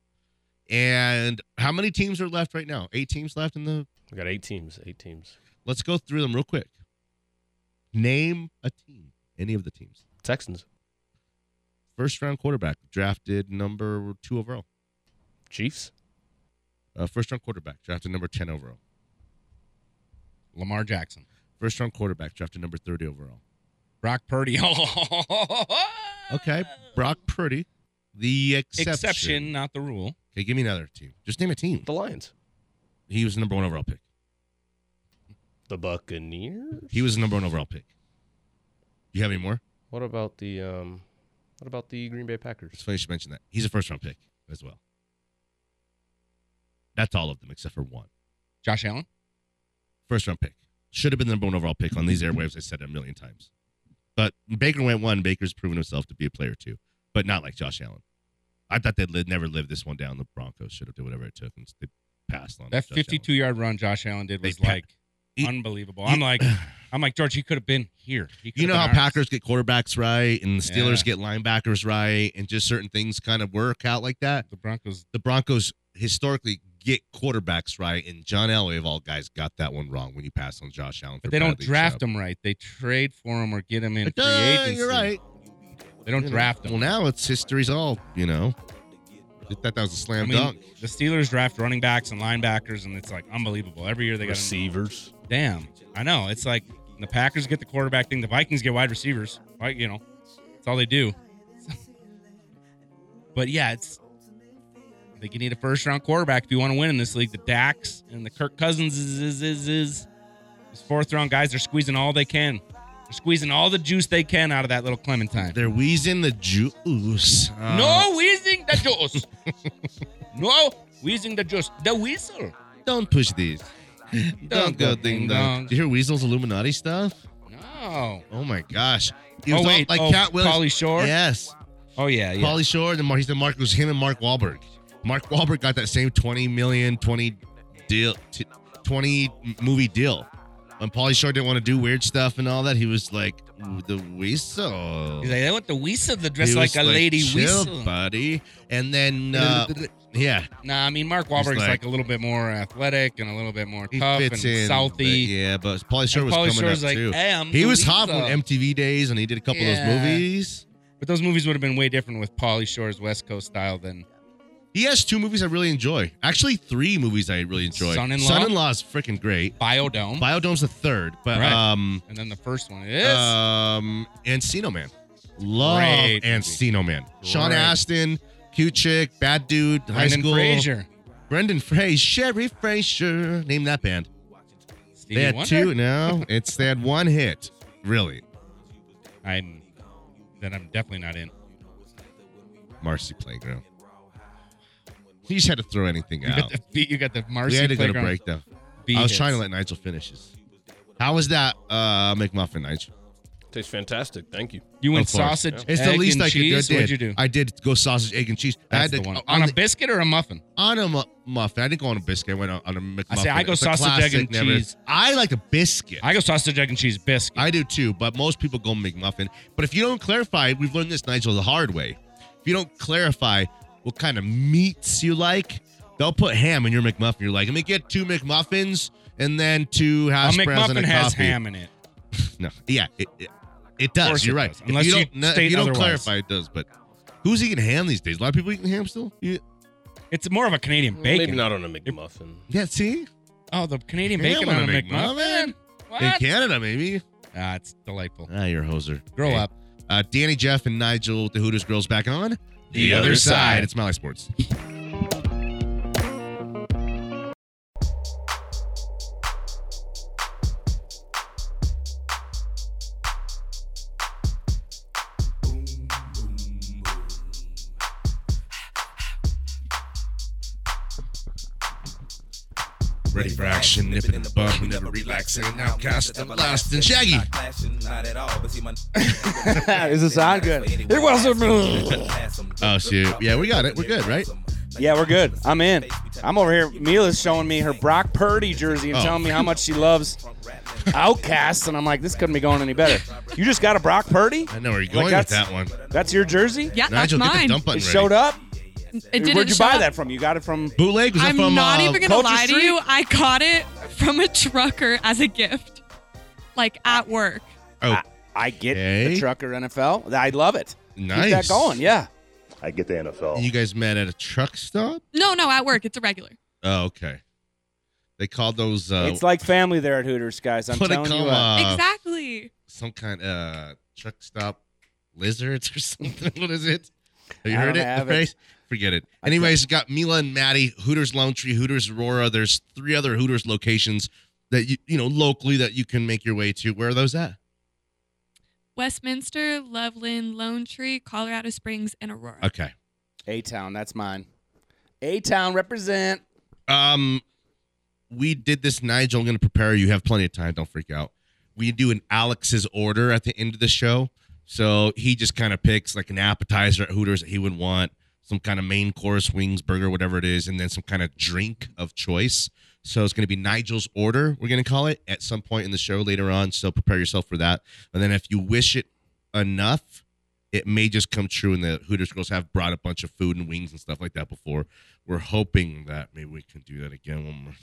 Speaker 1: And how many teams are left right now? Eight teams left in the.
Speaker 2: We got eight teams. Eight teams.
Speaker 1: Let's go through them real quick. Name a team, any of the teams.
Speaker 2: Texans.
Speaker 1: First round quarterback drafted number two overall.
Speaker 2: Chiefs.
Speaker 1: Uh, first round quarterback drafted number ten overall.
Speaker 4: Lamar Jackson.
Speaker 1: First round quarterback drafted number thirty overall.
Speaker 4: Brock Purdy.
Speaker 1: Okay, Brock Purdy, the
Speaker 4: Exception.
Speaker 1: exception.
Speaker 4: not the rule.
Speaker 1: Okay, give me another team. Just name a team.
Speaker 2: The Lions.
Speaker 1: He was the number one overall pick.
Speaker 2: The Buccaneers.
Speaker 1: He was the number one overall pick. Do you have any more?
Speaker 2: What about the um? What about the Green Bay
Speaker 1: It's
Speaker 2: Packers?
Speaker 1: funny you should mention that. He's a first round pick as well. That's all of them except for one.
Speaker 4: Josh Allen.
Speaker 1: First round pick. Should have been the number one overall pick on these airwaves. I said it a million times. But Baker went one. Baker's proven himself to be a player too, but not like Josh Allen. I thought they'd li- never live this one down. The Broncos should have done whatever it took and they passed on.
Speaker 4: That
Speaker 1: Josh Allen.
Speaker 4: 52 yard run Josh Allen did
Speaker 1: They
Speaker 4: was
Speaker 1: pa-
Speaker 4: like
Speaker 1: He-
Speaker 4: unbelievable. I'm like, I'm like George. He could have been here. He could
Speaker 1: You know how
Speaker 4: have been ours.
Speaker 1: Packers get quarterbacks right and the Steelers
Speaker 4: Yeah.
Speaker 1: get linebackers right and just certain things kind of work out like that?
Speaker 4: the Broncos
Speaker 1: the Broncos historically get quarterbacks right, and John Elway of all guys got that one wrong when you pass on Josh Allen.
Speaker 4: But they don't draft him right. They trade for him or get him in free agency.
Speaker 1: You're right.
Speaker 4: They don't
Speaker 1: You know,
Speaker 4: draft
Speaker 1: Well,
Speaker 4: him.
Speaker 1: now it's history's all. You know, I thought that was a
Speaker 4: I
Speaker 1: slam
Speaker 4: mean,
Speaker 1: dunk.
Speaker 4: the Steelers draft running backs and linebackers, and it's like unbelievable. Every year they got a
Speaker 2: Receivers.
Speaker 4: damn. I know. It's like the Packers get the quarterback thing. The Vikings get wide receivers. Like you know, that's all they do. but yeah, it's. I think you need a first round quarterback if you want to win in this league. The Dax and the Kirk Cousins is is is is. These fourth round guys, they're squeezing all they can. They're squeezing all the juice they can out of that little Clementine.
Speaker 1: They're wheezing the juice. Uh,
Speaker 4: No wheezing the juice. no wheezing the juice. The whistle.
Speaker 1: Don't push these. Don't go ding dong. Did you hear Weasel's Illuminati stuff?
Speaker 4: No.
Speaker 1: Oh my gosh. He
Speaker 4: Oh
Speaker 1: was all-
Speaker 4: wait,
Speaker 1: like
Speaker 4: oh,
Speaker 1: Cat Williams.
Speaker 4: Pauly Shore?
Speaker 1: Yes.
Speaker 4: Oh yeah, yeah.
Speaker 1: Pauly Shore and Mar- he said Mark it was him and Mark Wahlberg. Mark Wahlberg got that same 20 million 20 deal t- 20 movie deal. When Pauly Shore didn't want to do weird stuff and all that, he was like "Ooh, the weasel.
Speaker 4: He's like, I want the whistle to dress
Speaker 1: He
Speaker 4: like
Speaker 1: was
Speaker 4: a lady
Speaker 1: chill,
Speaker 4: whistle.
Speaker 1: buddy. And then uh, yeah,
Speaker 4: Nah, I mean Mark Wahlberg's like,
Speaker 1: like-
Speaker 4: a little bit more athletic and a little bit more
Speaker 1: he
Speaker 4: tough and
Speaker 1: fits in.
Speaker 4: southy.
Speaker 1: but yeah, but Pauly Shore
Speaker 4: And
Speaker 1: was
Speaker 4: Pauly
Speaker 1: coming
Speaker 4: Shore's
Speaker 1: up
Speaker 4: like,
Speaker 1: too.
Speaker 4: "Hey, I'm
Speaker 1: he
Speaker 4: the
Speaker 1: was hot
Speaker 4: weasel."
Speaker 1: when MTV days, and he did a couple of
Speaker 4: Yeah.
Speaker 1: those movies.
Speaker 4: But those movies would have been way different with Pauly Shore's West Coast style than
Speaker 1: He has two movies I really enjoy. Actually, three movies I really enjoy.
Speaker 4: Son-in-Law?
Speaker 1: Son-in-Law is freaking great.
Speaker 4: Biodome.
Speaker 1: Biodome's the third, but
Speaker 4: Right.
Speaker 1: um,
Speaker 4: and then the first one is
Speaker 1: um, Encino Man. Love
Speaker 4: Great movie.
Speaker 1: Encino Man. Sean
Speaker 4: Great.
Speaker 1: Astin, cute chick, bad dude, high
Speaker 4: Brendan
Speaker 1: school.
Speaker 4: Fraser.
Speaker 1: Brendan Fraser, Sherry Fraser. Name that band.
Speaker 4: Stevie
Speaker 1: they had
Speaker 4: Wonder?
Speaker 1: two. No, it's they had one hit. Really,
Speaker 4: I'm that I'm definitely not in.
Speaker 1: Marcy Playground. He just had to throw anything
Speaker 4: You got
Speaker 1: out.
Speaker 4: the beat. You got the Marcy
Speaker 1: We had to go to
Speaker 4: Playground
Speaker 1: break though.
Speaker 4: B
Speaker 1: I was
Speaker 4: hits.
Speaker 1: trying to let Nigel finish his. How was that uh, McMuffin, Nigel?
Speaker 2: Tastes fantastic. Thank you.
Speaker 4: You went
Speaker 1: Of course.
Speaker 4: sausage.
Speaker 1: It's
Speaker 4: egg,
Speaker 1: the least
Speaker 4: and
Speaker 1: I could do. I
Speaker 4: cheese?
Speaker 1: did.
Speaker 4: What'd you do?
Speaker 1: I did go sausage, egg, and cheese. I
Speaker 4: That's
Speaker 1: had to,
Speaker 4: the one.
Speaker 1: On,
Speaker 4: On
Speaker 1: the-
Speaker 4: a biscuit or a muffin?
Speaker 1: on a mu- muffin. I didn't go on a biscuit. I went on, on a McMuffin.
Speaker 4: I say I go
Speaker 1: It's a
Speaker 4: sausage, egg,
Speaker 1: classic,
Speaker 4: and cheese.
Speaker 1: I like a biscuit. I,
Speaker 4: I go sausage, egg, and cheese biscuit.
Speaker 1: do too, but most people go McMuffin. But if you don't clarify, we've learned this, Nigel, the hard way. If you don't clarify what kind of meats you like, they'll put ham in your McMuffin. You're like, let me get two McMuffins and then two
Speaker 4: a
Speaker 1: hash browns and a
Speaker 4: McMuffin has
Speaker 1: coffee.
Speaker 4: ham in it.
Speaker 1: No. Yeah, it, it, it
Speaker 4: course
Speaker 1: does. You're
Speaker 4: it
Speaker 1: right.
Speaker 4: does, unless
Speaker 1: if you
Speaker 4: you
Speaker 1: don't, no, if
Speaker 4: state
Speaker 1: you don't
Speaker 4: otherwise.
Speaker 1: clarify, it does. But who's eating ham these days? A lot of people eating ham still. You-
Speaker 4: It's more of a Canadian bacon.
Speaker 2: Maybe not on a McMuffin.
Speaker 1: yeah, see,
Speaker 4: Oh, the Canadian
Speaker 1: Ham
Speaker 4: bacon
Speaker 1: on
Speaker 4: on
Speaker 1: a
Speaker 4: a
Speaker 1: McMuffin?
Speaker 4: McMuffin.
Speaker 1: in
Speaker 4: What?
Speaker 1: Canada maybe.
Speaker 4: Ah, it's delightful.
Speaker 1: Ah, you're a hoser.
Speaker 4: Grow
Speaker 1: Hey.
Speaker 4: up.
Speaker 1: Uh, Danny, Jeff, and Nigel, with the Hooters girls, back on
Speaker 4: The other side.
Speaker 1: It's Mally Sports. Ready for action, nipping in the bum, never relaxing, outcast, everlasting, shaggy.
Speaker 8: Does it sound good? It wasn't.
Speaker 1: Oh shoot! Yeah, we got it. We're good, right?
Speaker 8: Yeah, we're good. I'm in. I'm over here. Mila's showing me her Brock Purdy jersey and
Speaker 1: Oh.
Speaker 8: telling me how much she loves Outcasts, and I'm like, this couldn't be going any better. You just got a Brock Purdy?
Speaker 1: I know where you're
Speaker 8: Like,
Speaker 1: going with
Speaker 8: that's-
Speaker 1: that one.
Speaker 8: That's your jersey?
Speaker 9: Yeah,
Speaker 1: Nigel, get
Speaker 9: that's
Speaker 1: the
Speaker 9: mine.
Speaker 1: dump button
Speaker 8: It
Speaker 1: ready.
Speaker 8: showed up.
Speaker 9: It did
Speaker 8: Where'd
Speaker 9: it
Speaker 8: you
Speaker 9: shop.
Speaker 8: buy that from? You got it from.
Speaker 1: Bootleg? Was it
Speaker 9: I'm
Speaker 1: from?
Speaker 9: not
Speaker 1: uh,
Speaker 9: even gonna
Speaker 8: Culture
Speaker 9: lie to
Speaker 8: Street?
Speaker 9: you. I got it from a trucker as a gift, like at work.
Speaker 1: Oh,
Speaker 8: I get
Speaker 1: Okay.
Speaker 8: the trucker NFL. I love it.
Speaker 1: nice.
Speaker 8: Keep that going. Yeah.
Speaker 3: I get the NFL.
Speaker 1: You guys met at a truck stop?
Speaker 9: No, no, at work. It's a regular.
Speaker 1: Oh, okay. They called those. Uh,
Speaker 8: It's like family there at Hooters, guys. I'm
Speaker 1: what do they
Speaker 8: telling
Speaker 1: call
Speaker 8: you.
Speaker 1: 'em,
Speaker 8: what.
Speaker 1: uh,
Speaker 9: exactly.
Speaker 1: some kind of uh, truck stop lizards or something. what is it? Have you
Speaker 8: I
Speaker 1: heard it?
Speaker 8: don't
Speaker 1: The
Speaker 8: have it.
Speaker 1: phrase? Forget it. Anyways, got Mila and Maddie, Hooters Lone Tree, Hooters Aurora. There's three other Hooters locations that you you know locally that you can make your way to. Where are those at?
Speaker 9: Westminster, Loveland, Lone Tree, Colorado Springs, and Aurora.
Speaker 1: Okay.
Speaker 8: A Town, that's mine. A Town represent.
Speaker 1: Um, we did this, Nigel. I'm going to prepare you. You have plenty of time. Don't freak out. We do an Alex's order at the end of the show. So he just kind of picks like an appetizer at Hooters that he would want, some kind of main course, wings, burger, whatever it is, and then some kind of drink of choice. So it's going to be Nigel's order, we're going to call it, at some point in the show later on. So prepare yourself for that. And then if you wish it enough, it may just come true. And the Hooters girls have brought a bunch of food and wings and stuff like that before. We're hoping that maybe we can do that again one more.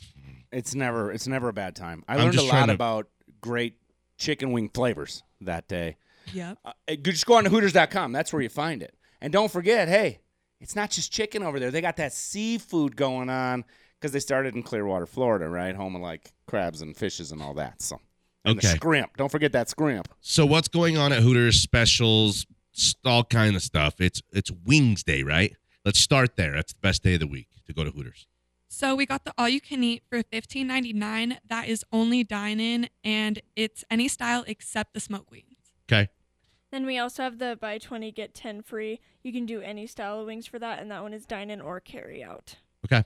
Speaker 8: It's never it's never a bad time. I
Speaker 1: I'm
Speaker 8: learned a
Speaker 1: just trying
Speaker 8: lot
Speaker 1: to-
Speaker 8: about great chicken wing flavors that day.
Speaker 9: Yep.
Speaker 8: Uh, you just go on to hooters.com. That's where you find it. And don't forget, hey, it's not just chicken over there. They got that seafood going on because they started in Clearwater, Florida, right? Home of like crabs and fishes and all that. So and the
Speaker 1: Okay.
Speaker 8: scrimp. Don't forget that scrimp.
Speaker 1: So what's going on at Hooters specials, s- all kind of stuff. It's it's Wings Day, right? Let's start there. That's the best day of the week to go to Hooters.
Speaker 9: So we got the all you can eat for fifteen ninety nine. That is only dine in, and it's any style except the smoke wings.
Speaker 1: Okay.
Speaker 10: Then we also have the buy 20 get 10 free. You can do any style of wings for that and that one is dine in or carry out.
Speaker 1: Okay.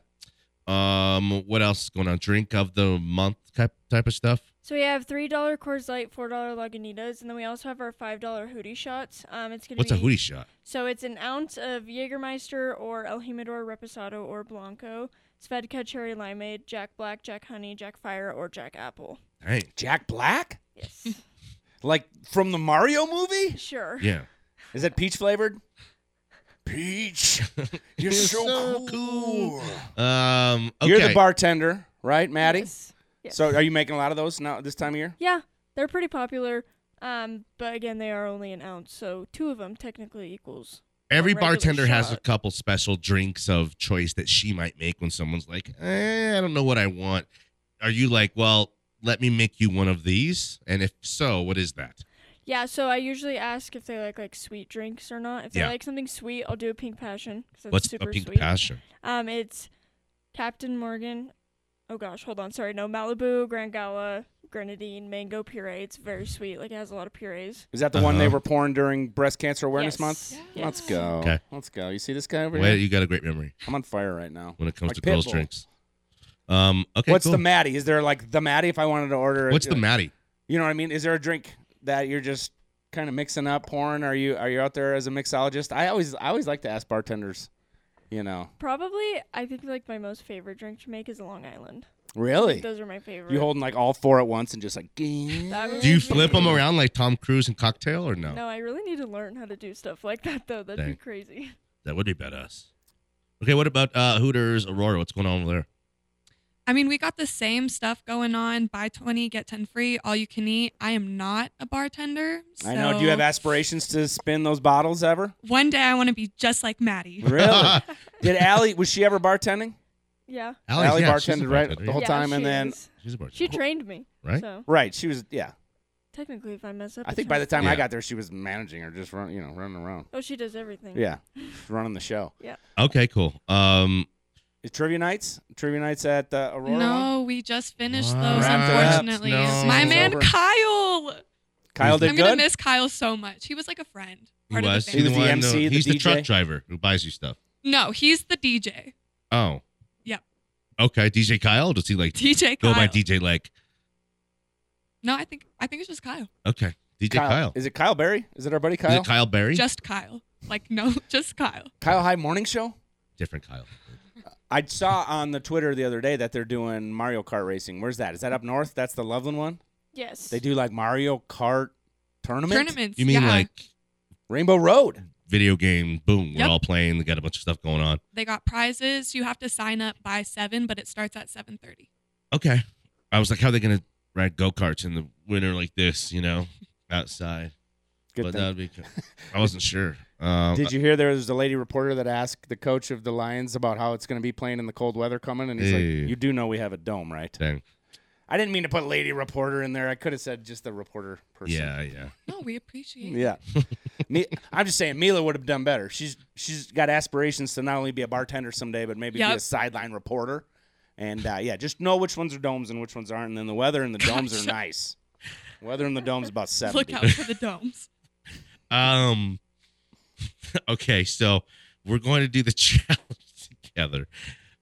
Speaker 1: Um, what else is going on? Drink of the month type type of stuff.
Speaker 10: So we have three dollar Coors Light, four dollar Lagunitas, and then we also have our five dollar hoodie shots. Um, it's gonna
Speaker 1: What's a
Speaker 10: be,
Speaker 1: hoodie shot?
Speaker 10: So it's an ounce of Jägermeister or El Jimador Reposado or Blanco, Svedka Cherry Limeade, Jack Black, Jack Honey, Jack Fire, or Jack Apple.
Speaker 1: Dang.
Speaker 4: Jack Black?
Speaker 10: Yes.
Speaker 4: Like from the Mario movie?
Speaker 10: Sure.
Speaker 1: Yeah.
Speaker 4: Is it peach flavored? Peach. You're so, cool.
Speaker 1: Um, okay.
Speaker 4: You're the bartender, right, Maddie?
Speaker 10: Yes. Yes.
Speaker 4: So are you making a lot of those now this time of year?
Speaker 10: Yeah, they're pretty popular. Um, but again, they are only an ounce, so two of them technically equals. one
Speaker 1: Every
Speaker 10: regular
Speaker 1: bartender has a
Speaker 10: shot.
Speaker 1: couple special drinks of choice that she might make when someone's like, eh, I don't know what I want. Are you like, well, let me make you one of these? And if so, what is that?
Speaker 10: Yeah, so I usually ask if they like like sweet drinks or not. If they
Speaker 1: Yeah.
Speaker 10: like something sweet, I'll do a pink passion. 'cause that's
Speaker 1: What's
Speaker 10: super
Speaker 1: a pink
Speaker 10: sweet.
Speaker 1: passion?
Speaker 10: Um, it's Captain Morgan. Oh gosh, hold on, sorry. No, Malibu, Grand Gala, Grenadine, Mango Puree. It's very sweet. Like it has a lot of purees.
Speaker 4: Is that the one they
Speaker 1: Uh-huh.
Speaker 4: were pouring during Breast Cancer Awareness
Speaker 10: Yes.
Speaker 4: Month?
Speaker 10: Yeah.
Speaker 4: Let's go.
Speaker 1: Okay.
Speaker 4: Let's go. You see this guy over
Speaker 1: Wait,
Speaker 4: here?
Speaker 1: you got a great memory
Speaker 4: I'm on fire right now.
Speaker 1: when it comes
Speaker 4: Like
Speaker 1: to girls'
Speaker 4: Pitbull.
Speaker 1: drinks. Um, okay.
Speaker 4: What's
Speaker 1: cool.
Speaker 4: the Maddie? Is there like the Maddie if I wanted to order? a-
Speaker 1: What's the Maddie?
Speaker 4: You know what I mean? Is there a drink that you're just kind of mixing up, pouring? Are you are you out there as a mixologist? I always I always like to ask bartenders. You know,
Speaker 10: Probably, I think like my most favorite drink to make is a Long Island.
Speaker 4: really?
Speaker 10: Those are my favorite.
Speaker 4: You holding like all four at once and just like.
Speaker 10: That would
Speaker 1: Do you
Speaker 10: be-
Speaker 1: flip them around like Tom Cruise in Cocktail or no?
Speaker 10: No, I really need to learn how to do stuff like that though. That'd
Speaker 1: Dang.
Speaker 10: be crazy.
Speaker 1: That would be badass. Okay, what about uh, Hooters Aurora? What's going on over there?
Speaker 9: I mean, we got the same stuff going on. Buy 20, get 10 free, all you can eat. I am not a bartender.
Speaker 4: I know. Do you
Speaker 9: so
Speaker 4: have aspirations to spin those bottles ever?
Speaker 9: One day I want to be just like Maddie.
Speaker 4: Really? Did Allie? Was she ever bartending?
Speaker 10: Yeah.
Speaker 1: Allie's-
Speaker 4: Allie
Speaker 1: yeah, she's a
Speaker 4: bartended right the
Speaker 1: bartender,
Speaker 4: whole
Speaker 10: yeah,
Speaker 4: time, and
Speaker 10: she
Speaker 4: then
Speaker 10: is.
Speaker 1: She's a bartender.
Speaker 10: she trained me.
Speaker 1: Right?
Speaker 10: So
Speaker 4: right, she was yeah.
Speaker 10: technically, if I mess up,
Speaker 4: I
Speaker 10: it's
Speaker 4: think by
Speaker 10: her
Speaker 4: the time I
Speaker 1: Yeah.
Speaker 4: got there, she was managing or just run, you know, running around.
Speaker 10: Oh, she does everything.
Speaker 4: Yeah, running the show.
Speaker 1: Okay, cool. Um,
Speaker 4: Is trivia nights? Trivia nights at uh, Aurora. one?
Speaker 9: No, we just finished
Speaker 1: Wow.
Speaker 9: those,
Speaker 4: Wrap it up.
Speaker 9: unfortunately.
Speaker 1: No.
Speaker 9: My
Speaker 4: It's
Speaker 9: man
Speaker 4: over.
Speaker 9: Kyle.
Speaker 4: Kyle did
Speaker 9: I'm
Speaker 4: good.
Speaker 9: gonna miss Kyle so much. He was like a friend.
Speaker 1: he
Speaker 9: Part
Speaker 1: was
Speaker 9: of the
Speaker 4: He was
Speaker 9: family.
Speaker 4: the
Speaker 1: one,
Speaker 4: MC, the
Speaker 1: he's the truck
Speaker 4: DJ?
Speaker 1: driver who buys you stuff.
Speaker 9: No, he's the DJ.
Speaker 1: Oh.
Speaker 9: Yeah.
Speaker 1: Okay, DJ Kyle. Does he like
Speaker 9: DJ
Speaker 1: go by
Speaker 9: Kyle.
Speaker 1: DJ like?
Speaker 9: No, I think I think it's just Kyle.
Speaker 1: Okay, DJ Kyle.
Speaker 4: Is it Kyle Barry? Is it our buddy
Speaker 1: Is
Speaker 4: Kyle?
Speaker 1: it Kyle Barry?
Speaker 9: Just Kyle. Like no, just Kyle.
Speaker 4: Kyle High Morning Show.
Speaker 1: different Kyle.
Speaker 4: I saw on the Twitter the other day that they're doing Mario Kart racing. Where's that? Is that up north? That's the Loveland one.
Speaker 10: Yes.
Speaker 4: They do like Mario Kart tournament.
Speaker 9: Tournaments.
Speaker 1: You mean
Speaker 9: yeah.
Speaker 1: like
Speaker 4: Rainbow Road.
Speaker 1: video game? Boom,
Speaker 9: Yep.
Speaker 1: we're all playing. They got a bunch of stuff going on.
Speaker 9: they got prizes. You have to sign up by seven, but it starts at seven thirty.
Speaker 1: Okay, I was like, how are they gonna ride go karts in the winter like this? You know, outside.
Speaker 4: Good
Speaker 1: but
Speaker 4: thing.
Speaker 1: that'd be. co- I wasn't sure. Um,
Speaker 4: Did you hear there was a lady reporter that asked the coach of the Lions about how it's going to be playing in the cold weather coming? And he's
Speaker 1: Hey.
Speaker 4: like, You do know we have a dome, right?
Speaker 1: Dang.
Speaker 4: I didn't mean to put lady reporter in there. I could have said just the reporter person.
Speaker 1: Yeah, yeah.
Speaker 9: No, we appreciate. it.
Speaker 4: Yeah. Me, I'm just saying, Mila would have done better. She's She's got aspirations to not only be a bartender someday, but maybe be a
Speaker 9: Yep.
Speaker 4: sideline reporter. And uh, yeah, just know which ones are domes and which ones aren't. And then the weather and the domes are
Speaker 9: Gotcha.
Speaker 4: nice. Weather in the domes about 70.
Speaker 9: Look out for the domes.
Speaker 1: Um. Okay, so we're going to do the challenge together.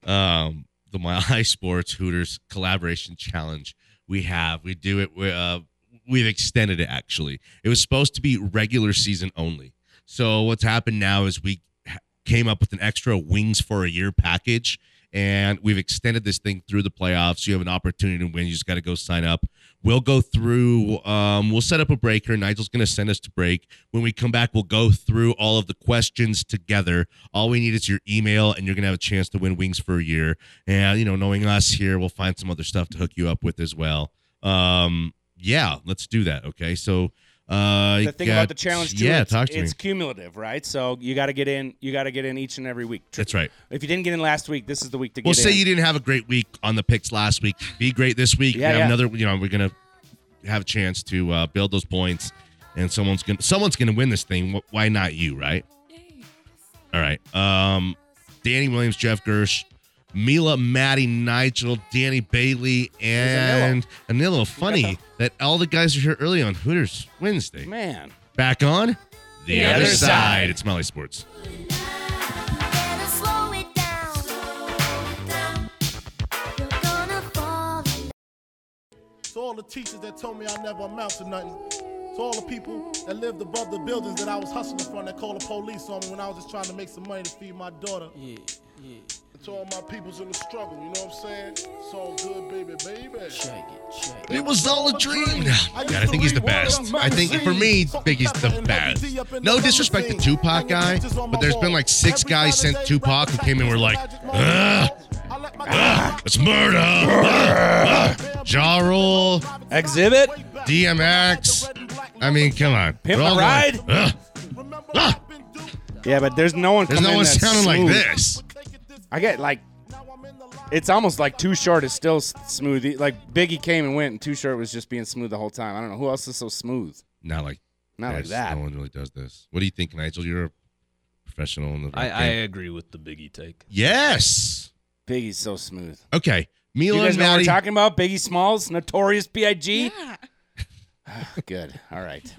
Speaker 1: Um, the Mile High Sports Hooters collaboration challenge. We have we do it. We, uh, we've extended it actually. It was supposed to be regular season only. So what's happened now is we ha- came up with an extra wings for a year package. And we've extended this thing through the playoffs. You have an opportunity to win. You just got to go sign up. We'll go through. Um, we'll set up a breaker. Nigel's going to send us to break. When we come back, we'll go through all of the questions together. All we need is your email, and you're going to have a chance to win wings for a year. And you know, knowing us here, we'll find some other stuff to hook you up with as well. Um, yeah, let's do that. Okay, so uh,
Speaker 4: the thing about the challenge too,
Speaker 1: Yeah,
Speaker 4: it's,
Speaker 1: talk to
Speaker 4: it's
Speaker 1: me.
Speaker 4: cumulative, right? So you got to get in. You got to get in each and every week. Tr-
Speaker 1: That's right.
Speaker 4: If you didn't get in last week, this is the week to get
Speaker 1: Well, say
Speaker 4: in.
Speaker 1: you didn't have a great week on the picks last week. Be great this week.
Speaker 4: Yeah,
Speaker 1: have
Speaker 4: yeah.
Speaker 1: another. You know, we're gonna have a chance to uh, build those points, and someone's gonna someone's gonna win this thing. Wh- Why not you, right?
Speaker 9: Yay.
Speaker 1: All right. Um, Danny Williams, Jeff Gersh, Mila, Maddie, Nigel, Danny Bailey, and Anilo. Funny that all the guys are here early on Hooters Wednesday.
Speaker 4: man.
Speaker 1: Back on the,
Speaker 4: The
Speaker 1: other,
Speaker 4: other
Speaker 1: side.
Speaker 4: side.
Speaker 1: It's Molly Sports.
Speaker 11: Gotta slow it down. Slow it down.
Speaker 12: all the teachers that told me I never amount to nothing. To all the people that lived above the buildings that I was hustling from that called the police on me when I was just trying to make some money to feed my daughter. Yeah, yeah. And to all my peoples in the struggle, you know what I'm saying? It's all good, baby, baby. Check it, check
Speaker 1: It was all a dream. God, I think he's the best. I think for me, Biggie's the best. No disrespect to Tupac guy, but there's been like six guys since Tupac who came in and were like, Ugh, ugh, it's murder. Ugh, ugh." Ja Rule.
Speaker 4: Exhibit.
Speaker 1: DMX. I mean, come on.
Speaker 4: Pimp
Speaker 1: We're
Speaker 4: My
Speaker 1: all
Speaker 4: Ride.
Speaker 1: going, "Ugh."
Speaker 4: Yeah, but there's no one.
Speaker 1: There's
Speaker 4: come
Speaker 1: no
Speaker 4: in
Speaker 1: one
Speaker 4: that's
Speaker 1: sounding like
Speaker 4: smooth.
Speaker 1: this.
Speaker 4: I get like, it's almost like Too Short is still s- smooth. Like Biggie came and went, and Too Short was just being smooth the whole time. I don't know who else is so smooth.
Speaker 1: Not like
Speaker 4: Not like
Speaker 1: this.
Speaker 4: that.
Speaker 1: No one really does this. What do you think, Nigel? You're a professional in the
Speaker 2: I, I
Speaker 1: game.
Speaker 2: agree with the Biggie take.
Speaker 1: Yes.
Speaker 4: Biggie's so smooth.
Speaker 1: Okay. Mila
Speaker 4: you guys
Speaker 1: and
Speaker 4: know what we're
Speaker 1: Maddie.
Speaker 4: talking about? Biggie Smalls, Notorious B.I.G. Good. All right.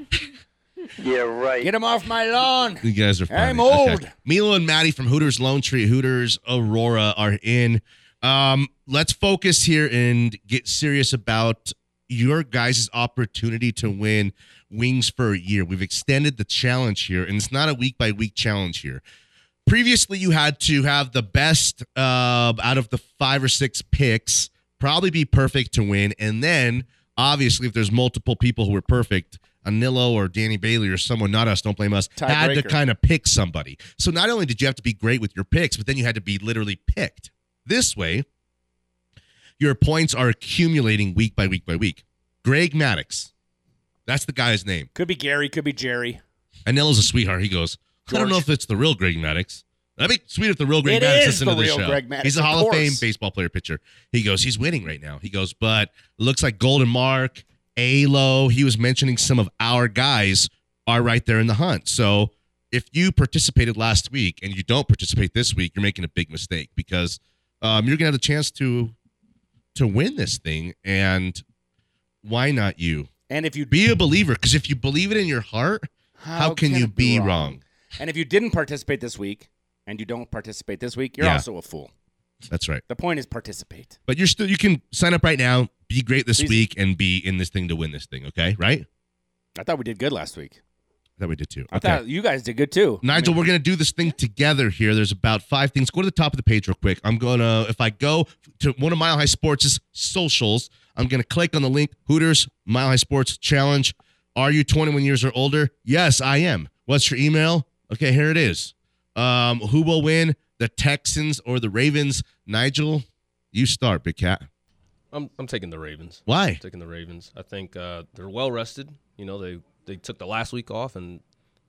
Speaker 4: yeah, right. Get him off my lawn.
Speaker 1: You guys are funny.
Speaker 4: I'm
Speaker 1: Okay.
Speaker 4: old.
Speaker 1: Milo and Maddie from Hooters Lone Tree, Hooters Aurora are in. Um, let's focus here and get serious about your guys' opportunity to win wings for a year. We've extended the challenge here, and it's not a week by week challenge here. Previously, you had to have the best uh, out of the five or six picks, probably be perfect to win. And then, obviously, if there's multiple people who were perfect, Anillo or Danny Bailey or someone, not us, don't blame us, had to
Speaker 4: Tiebreaker.
Speaker 1: kind of pick somebody. So not only did you have to be great with your picks, but then you had to be literally picked. This way, your points are accumulating week by week by week. Greg Maddox, that's the guy's name.
Speaker 4: Could be Gary, could be Jerry.
Speaker 1: Anello's a sweetheart. He goes, I don't know if it's the real Greg Maddox. That'd be sweet if the real Greg
Speaker 4: It
Speaker 1: Maddox
Speaker 4: is
Speaker 1: listened to
Speaker 4: the
Speaker 1: this
Speaker 4: real
Speaker 1: show.
Speaker 4: Greg Maddox,
Speaker 1: he's a
Speaker 4: of
Speaker 1: Hall of Fame
Speaker 4: course.
Speaker 1: baseball player pitcher. He goes, he's winning right now. He goes, but looks like Golden Mark, Alo. He was mentioning some of our guys are right there in the hunt. So if you participated last week and you don't participate this week, you're making a big mistake because um, you're gonna have the chance to to win this thing. And why not you?
Speaker 4: And if you
Speaker 1: be a believer, because if you believe it in your heart, how, can, you
Speaker 4: it be
Speaker 1: be
Speaker 4: wrong?
Speaker 1: wrong?
Speaker 4: And if you didn't participate this week and you don't participate this week, you're
Speaker 1: Yeah.
Speaker 4: also a fool.
Speaker 1: That's right.
Speaker 4: The point is participate.
Speaker 1: But you're still you can sign up right now, be great this
Speaker 4: Please.
Speaker 1: week, and be in this thing to win this thing. Okay, right?
Speaker 4: I thought we did good last week.
Speaker 1: That we did too.
Speaker 4: I
Speaker 1: Okay.
Speaker 4: thought you guys did good too.
Speaker 1: Nigel, we're gonna do this thing together here. There's about five things. Go to the top of the page real quick. I'm gonna if I go to one of Mile High Sports' socials, I'm gonna click on the link Hooters Mile High Sports Challenge. Are you 21 years or older? Yes, I am. What's your email? Okay, here it is. Um, who will win? The Texans or the Ravens? Nigel, you start, big cat.
Speaker 2: I'm I'm taking the Ravens.
Speaker 1: Why?
Speaker 2: I'm taking the Ravens. I think uh, they're well rested. You know, they they took the last week off and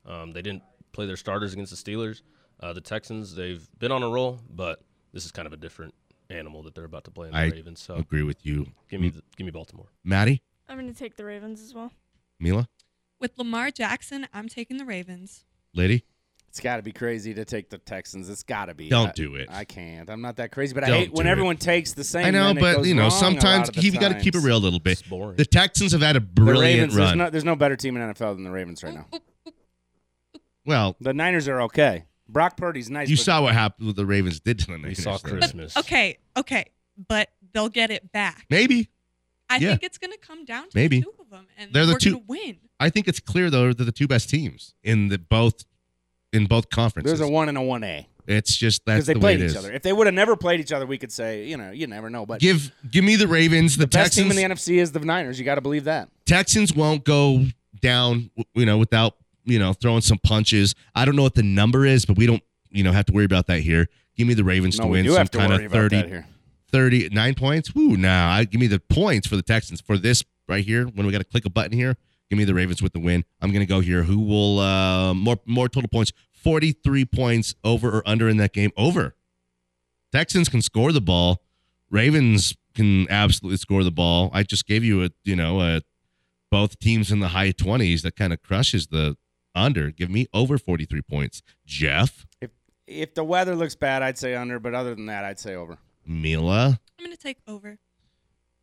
Speaker 2: um, they didn't play their starters against the Steelers. Uh, the Texans, they've been on a roll, but this is kind of a different animal that they're about to play in the
Speaker 1: I
Speaker 2: Ravens. So
Speaker 1: agree with you.
Speaker 2: Give me the, give me Baltimore.
Speaker 1: Maddie,
Speaker 10: I'm gonna take the Ravens as well.
Speaker 1: Mila,
Speaker 9: With Lamar Jackson, I'm taking the Ravens.
Speaker 1: lady.
Speaker 4: It's got to be crazy to take the Texans. It's got to be.
Speaker 1: Don't
Speaker 4: I-
Speaker 1: do it.
Speaker 4: I can't. I'm not that crazy, but I
Speaker 1: Don't
Speaker 4: hate when
Speaker 1: do it.
Speaker 4: everyone takes the same.
Speaker 1: I know,
Speaker 4: and it
Speaker 1: but
Speaker 4: goes
Speaker 1: you know,
Speaker 4: wrong a lot
Speaker 1: sometimes
Speaker 4: of the
Speaker 1: you got to keep it
Speaker 4: times.
Speaker 1: real a little bit.
Speaker 2: It's boring.
Speaker 1: The Texans have had a
Speaker 4: The
Speaker 1: brilliant
Speaker 4: Ravens,
Speaker 1: run.
Speaker 4: There's no, there's no better team in NFL than the Ravens right now.
Speaker 1: well,
Speaker 4: The Niners are okay. Brock Purdy's nice.
Speaker 1: you
Speaker 4: but
Speaker 1: saw what happened. What the Ravens did to the Niners.
Speaker 2: saw
Speaker 1: though.
Speaker 2: Christmas.
Speaker 9: Okay, okay, but they'll get it back.
Speaker 1: Maybe
Speaker 9: I
Speaker 1: Yeah.
Speaker 9: think it's gonna come down to
Speaker 1: Maybe.
Speaker 9: the two of them, and
Speaker 1: They're the
Speaker 9: we're
Speaker 1: two-
Speaker 9: gonna win.
Speaker 1: I think it's clear though they're the two best teams in the both in both conferences.
Speaker 4: There's a one and a one A
Speaker 1: it's just that's
Speaker 4: because they
Speaker 1: the way
Speaker 4: played
Speaker 1: it
Speaker 4: each
Speaker 1: is.
Speaker 4: other. If they would have never played each other, we could say you know you never know. But
Speaker 1: Give give me the Ravens. The,
Speaker 4: best
Speaker 1: Texans.
Speaker 4: team in the NFC is the Niners. You got to believe that.
Speaker 1: Texans won't go down, w- you know, without you know throwing some punches. I don't know what the number is, but we don't, you know, have to worry about that here. Give me the Ravens
Speaker 4: No,
Speaker 1: to
Speaker 4: we
Speaker 1: win
Speaker 4: do
Speaker 1: some
Speaker 4: have to
Speaker 1: kind
Speaker 4: worry
Speaker 1: of
Speaker 4: about
Speaker 1: 30,
Speaker 4: that here.
Speaker 1: 30 nine points. Woo, nah, I, give me the points for the Texans for this right here. When we got to click a button here, give me the Ravens with the win. I'm gonna go here. Who will uh, more more total points? Forty three points over or under in that game? Over. Texans can score the ball. Ravens can absolutely score the ball. I just gave you a, you know, a both teams in the high 20s that kind of crushes the under. Give me over 43 points. Jeff,
Speaker 4: If if the weather looks bad, I'd say under. But other than that, I'd say over.
Speaker 1: Mila,
Speaker 9: I'm gonna take over.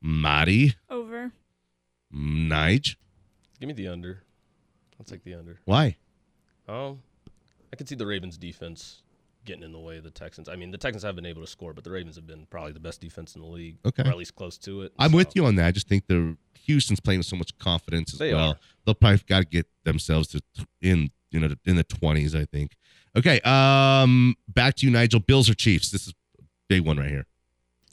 Speaker 1: Mari,
Speaker 10: Over.
Speaker 1: Nige.
Speaker 2: Give me the under. I'll take the under.
Speaker 1: Why?
Speaker 2: Um, I can see the Ravens defense getting in the way of the Texans. I mean, the Texans have been able to score, but the Ravens have been probably the best defense in the league,
Speaker 1: Okay.
Speaker 2: or at least close to it.
Speaker 1: I'm with you on that. I just think the Houston's playing with so much confidence as
Speaker 2: They
Speaker 1: well.
Speaker 2: are.
Speaker 1: They'll probably got to get themselves to in you know in the 20s. I think. Okay, um, back to you, Nigel. Bills or Chiefs? This is a big one right here.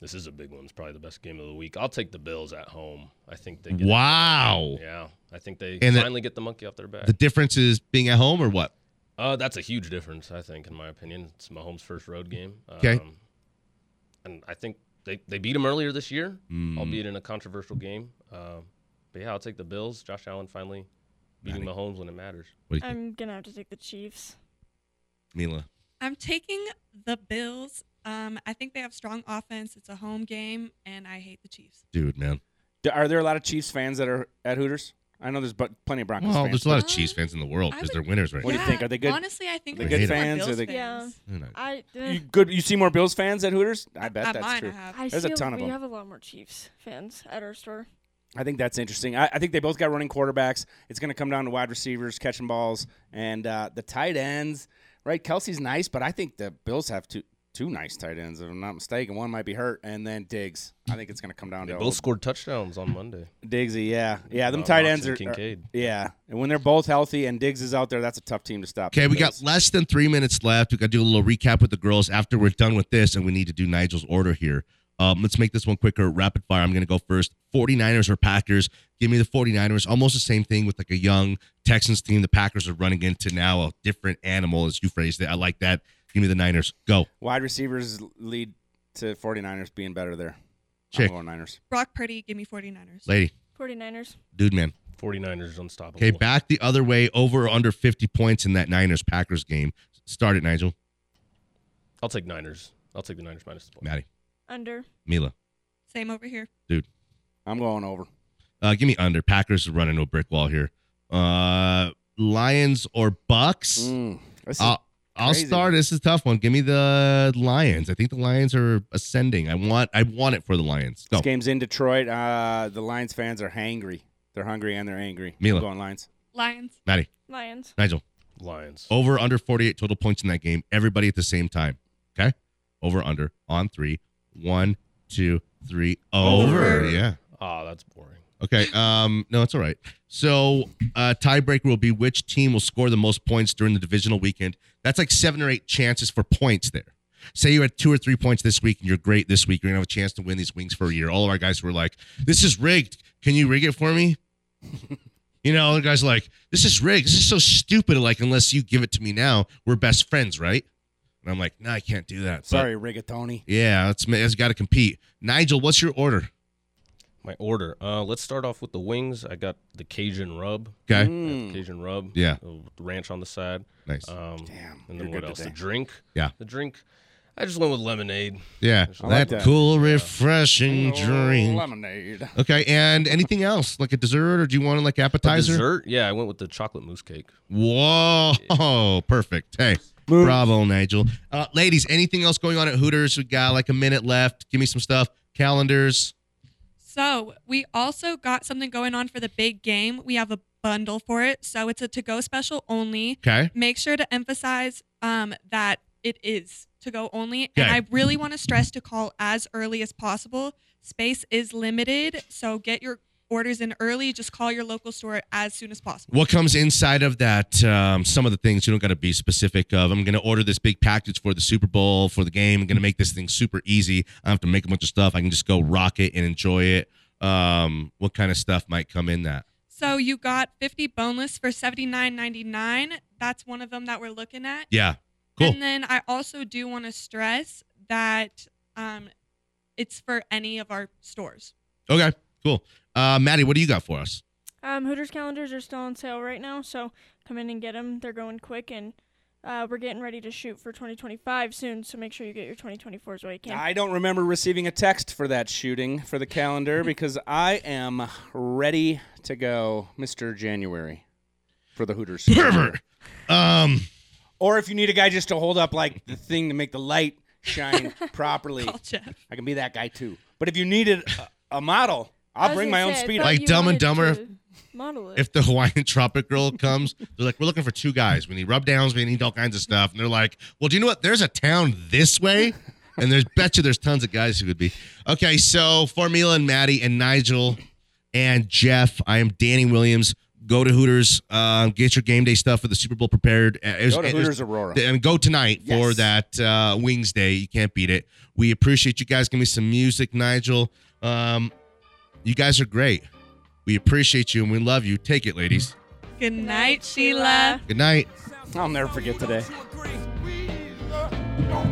Speaker 2: This is a big one. It's probably the best game of the week. I'll take the Bills at home. I think they. Get
Speaker 1: Wow.
Speaker 2: Yeah, I think they
Speaker 1: And the-
Speaker 2: finally get the monkey off their back.
Speaker 1: The difference is being at home or what?
Speaker 2: Uh, that's a huge difference, I think, in my opinion. It's Mahomes' first road game.
Speaker 1: 'Kay.
Speaker 2: Um, and I think they, they beat him earlier this year,
Speaker 1: Mm.
Speaker 2: albeit in a controversial game. Um, but yeah, I'll take the Bills. Josh Allen finally beating Mahomes when it matters.
Speaker 1: What do you think,
Speaker 10: I'm gonna have to take the Chiefs.
Speaker 1: Mila?
Speaker 9: I'm taking the Bills. Um, I think they have strong offense. It's a home game, and I hate the Chiefs.
Speaker 1: Dude, man.
Speaker 4: D- Are there a lot of Chiefs fans that are at Hooters? I know there's but plenty of Broncos
Speaker 1: Well,
Speaker 4: fans.
Speaker 1: there's a lot of Chiefs fans in the world
Speaker 9: Uh, I
Speaker 1: because
Speaker 9: would-
Speaker 1: they're winners right
Speaker 4: What do
Speaker 1: now.
Speaker 4: you think? Are they good?
Speaker 9: Honestly, I think
Speaker 4: Are they
Speaker 1: they're
Speaker 4: good
Speaker 1: more
Speaker 4: fans? Are
Speaker 9: Bills
Speaker 4: they
Speaker 10: Yeah.
Speaker 9: fans.
Speaker 1: They're not-
Speaker 10: I,
Speaker 4: You good? You see more Bills fans at Hooters? I bet
Speaker 9: at
Speaker 4: that's
Speaker 9: Uh, mine, I
Speaker 4: true.
Speaker 9: have.
Speaker 10: I
Speaker 4: There's
Speaker 10: see
Speaker 4: a ton of
Speaker 10: we
Speaker 4: them.
Speaker 10: have a lot more Chiefs fans at our store.
Speaker 4: I think that's interesting. I, I think they both got running quarterbacks. It's going to come down to wide receivers catching balls and uh, the tight ends. Right, Kelsey's nice, but I think the Bills have two two nice tight ends. If I'm not mistaken, one might be hurt, and then Diggs. I think it's going to come down
Speaker 2: They
Speaker 4: to
Speaker 2: both scored touchdowns on Monday.
Speaker 4: Diggsy. Yeah, yeah. Them
Speaker 2: Uh,
Speaker 4: tight
Speaker 2: Knox
Speaker 4: ends
Speaker 2: and
Speaker 4: are, are-
Speaker 2: Kincaid.
Speaker 4: yeah, and when they're both healthy and Diggs is out there, that's a tough team to stop.
Speaker 1: Okay, we got
Speaker 4: Bills.
Speaker 1: less than three minutes left. We got to do a little recap with the girls after we're done with this, and we need to do Nigel's order here. Um, let's make this one quicker, rapid fire. I'm going to go first. 49ers or Packers? Give me the 49ers. Almost the same thing with like a young Texans team. The Packers are running into now a different animal, as you phrased it. I like that. Give me the Niners. Go.
Speaker 4: wide receivers lead to 49ers being better there.
Speaker 1: Chick.
Speaker 4: I'm going Niners.
Speaker 9: Brock Purdy, give me 49ers.
Speaker 1: Lady,
Speaker 10: 49ers.
Speaker 1: dude, man.
Speaker 2: Oh, 49ers unstoppable.
Speaker 1: Okay, back the other way, over or under 50 points in that Niners Packers game. Start it, Nigel.
Speaker 2: I'll take Niners. I'll take the Niners minus the point.
Speaker 1: Maddie,
Speaker 10: Under.
Speaker 1: Mila,
Speaker 9: Same over here.
Speaker 1: dude.
Speaker 4: I'm going over.
Speaker 1: Uh, give me under. Packers are running to a brick wall here. Uh, Lions or Bucks?
Speaker 4: Mm, this is
Speaker 1: I'll, I'll
Speaker 4: crazy.
Speaker 1: start. This is a tough one. Give me the Lions. I think the Lions are ascending. I want I want it for the Lions. Go.
Speaker 4: This game's in Detroit. Uh, the Lions fans are hangry. They're hungry and they're angry.
Speaker 1: Mila.
Speaker 4: I'm going Lions.
Speaker 9: Lions.
Speaker 1: Maddie,
Speaker 10: Lions.
Speaker 1: Nigel,
Speaker 2: Lions.
Speaker 1: over under 48 total points in that game. Everybody at the same time. Okay? Over under on three. One, two, three. Over.
Speaker 9: Over.
Speaker 1: Yeah.
Speaker 2: Ah, that's boring.
Speaker 1: Okay. Um, no, it's all right. So uh, tiebreaker will be which team will score the most points during the divisional weekend. That's like seven or eight chances for points there. Say you had two or three points this week and you're great this week. You're gonna have a chance to win these wings for a year. All of our guys were like, "This is rigged. Can you rig it for me?" you know, the guys like, "This is rigged. This is so stupid. Like, unless you give it to me now, we're best friends, right?" And I'm like, "No, I can't do that." But,
Speaker 4: Sorry, Rigatoni.
Speaker 1: yeah, that's that's got to compete. Nigel, what's your order?
Speaker 2: My order. Uh, let's start off with the wings. I got the Cajun rub.
Speaker 1: Okay.
Speaker 2: I got the
Speaker 4: Mm.
Speaker 2: Cajun rub.
Speaker 1: Yeah.
Speaker 2: uh, with Ranch on the side.
Speaker 1: Nice.
Speaker 2: Um,
Speaker 4: Damn,
Speaker 2: And
Speaker 4: you're
Speaker 2: then what
Speaker 4: good
Speaker 2: else?
Speaker 4: today.
Speaker 2: The drink.
Speaker 1: Yeah.
Speaker 2: The drink. I just went with lemonade.
Speaker 1: Yeah,
Speaker 2: There's
Speaker 1: that,
Speaker 2: a lot
Speaker 4: that.
Speaker 1: cool, refreshing
Speaker 2: Oh,
Speaker 1: drink.
Speaker 4: Lemonade.
Speaker 1: Okay, and anything else like a dessert, or do you want like
Speaker 2: A
Speaker 1: appetizer?
Speaker 2: dessert. Yeah, I went with the chocolate mousse cake.
Speaker 1: Whoa, perfect. Hey,
Speaker 4: Move.
Speaker 1: bravo, Nigel. Uh, ladies, anything else going on at Hooters? We got like a minute left. Give me some stuff. Calendars.
Speaker 9: So we also got something going on for the big game. We have a bundle for it. So it's a to go special only.
Speaker 1: Okay.
Speaker 9: Make sure to emphasize um, that it is to go only.
Speaker 1: Okay.
Speaker 9: And I really want to stress to call as early as possible. Space is limited. So get your orders in early. Just call your local store as soon as possible.
Speaker 1: What comes inside of that? Um, some of the things you don't got to be specific of. I'm going to order this big package for the Super Bowl for the game. I'm going to make this thing super easy. I don't have to make a bunch of stuff. I can just go rock it and enjoy it. Um, what kind of stuff might come in that?
Speaker 9: So you got 50 boneless for 79.99. That's one of them that we're looking at.
Speaker 1: Yeah, cool.
Speaker 9: And then I also do want to stress that um, it's for any of our stores.
Speaker 1: Okay, cool. Uh, Maddie, what do you got for us?
Speaker 10: Um, Hooters calendars are still on sale right now, so come in and get them. They're going quick, and uh, we're getting ready to shoot for 2025 soon. So make sure you get your 2024s while you can.
Speaker 4: I don't remember receiving a text for that shooting for the calendar because I am ready to go, Mr. January, for the Hooters.
Speaker 1: Pervert. Um,
Speaker 4: Or if you need a guy just to hold up like the thing to make the light shine properly,
Speaker 9: Call Jeff.
Speaker 4: I can be that guy too. But if you needed a, a model,
Speaker 10: I
Speaker 4: I'll
Speaker 10: was
Speaker 4: bring
Speaker 10: gonna
Speaker 4: my own
Speaker 10: say, I
Speaker 4: speed.
Speaker 10: thought
Speaker 1: Like
Speaker 10: you
Speaker 1: Dumb and
Speaker 10: wanted
Speaker 1: Dumber?
Speaker 10: to- Model it.
Speaker 1: if the Hawaiian Tropic Girl comes, they're like, we're looking for two guys. We need rub downs. We need all kinds of stuff. And they're like, well, do you know what? There's a town this way. And there's bet you there's tons of guys who could be. Okay, so Formula and Maddie and Nigel and Jeff. I am Danny Williams. Go to Hooters. Um, get your game day stuff for the Super Bowl prepared. Uh, it was-
Speaker 8: Go to
Speaker 1: it was-
Speaker 8: Hooters Aurora.
Speaker 1: And go tonight for
Speaker 8: Yes.
Speaker 1: that uh, Wings Day. You can't beat it. We appreciate you guys. Give me some music, Nigel. Um, you guys are great. We appreciate you and we love you. Take it, ladies.
Speaker 9: Good night, Sheila.
Speaker 1: Good night.
Speaker 8: I'll never forget today.
Speaker 3: Don't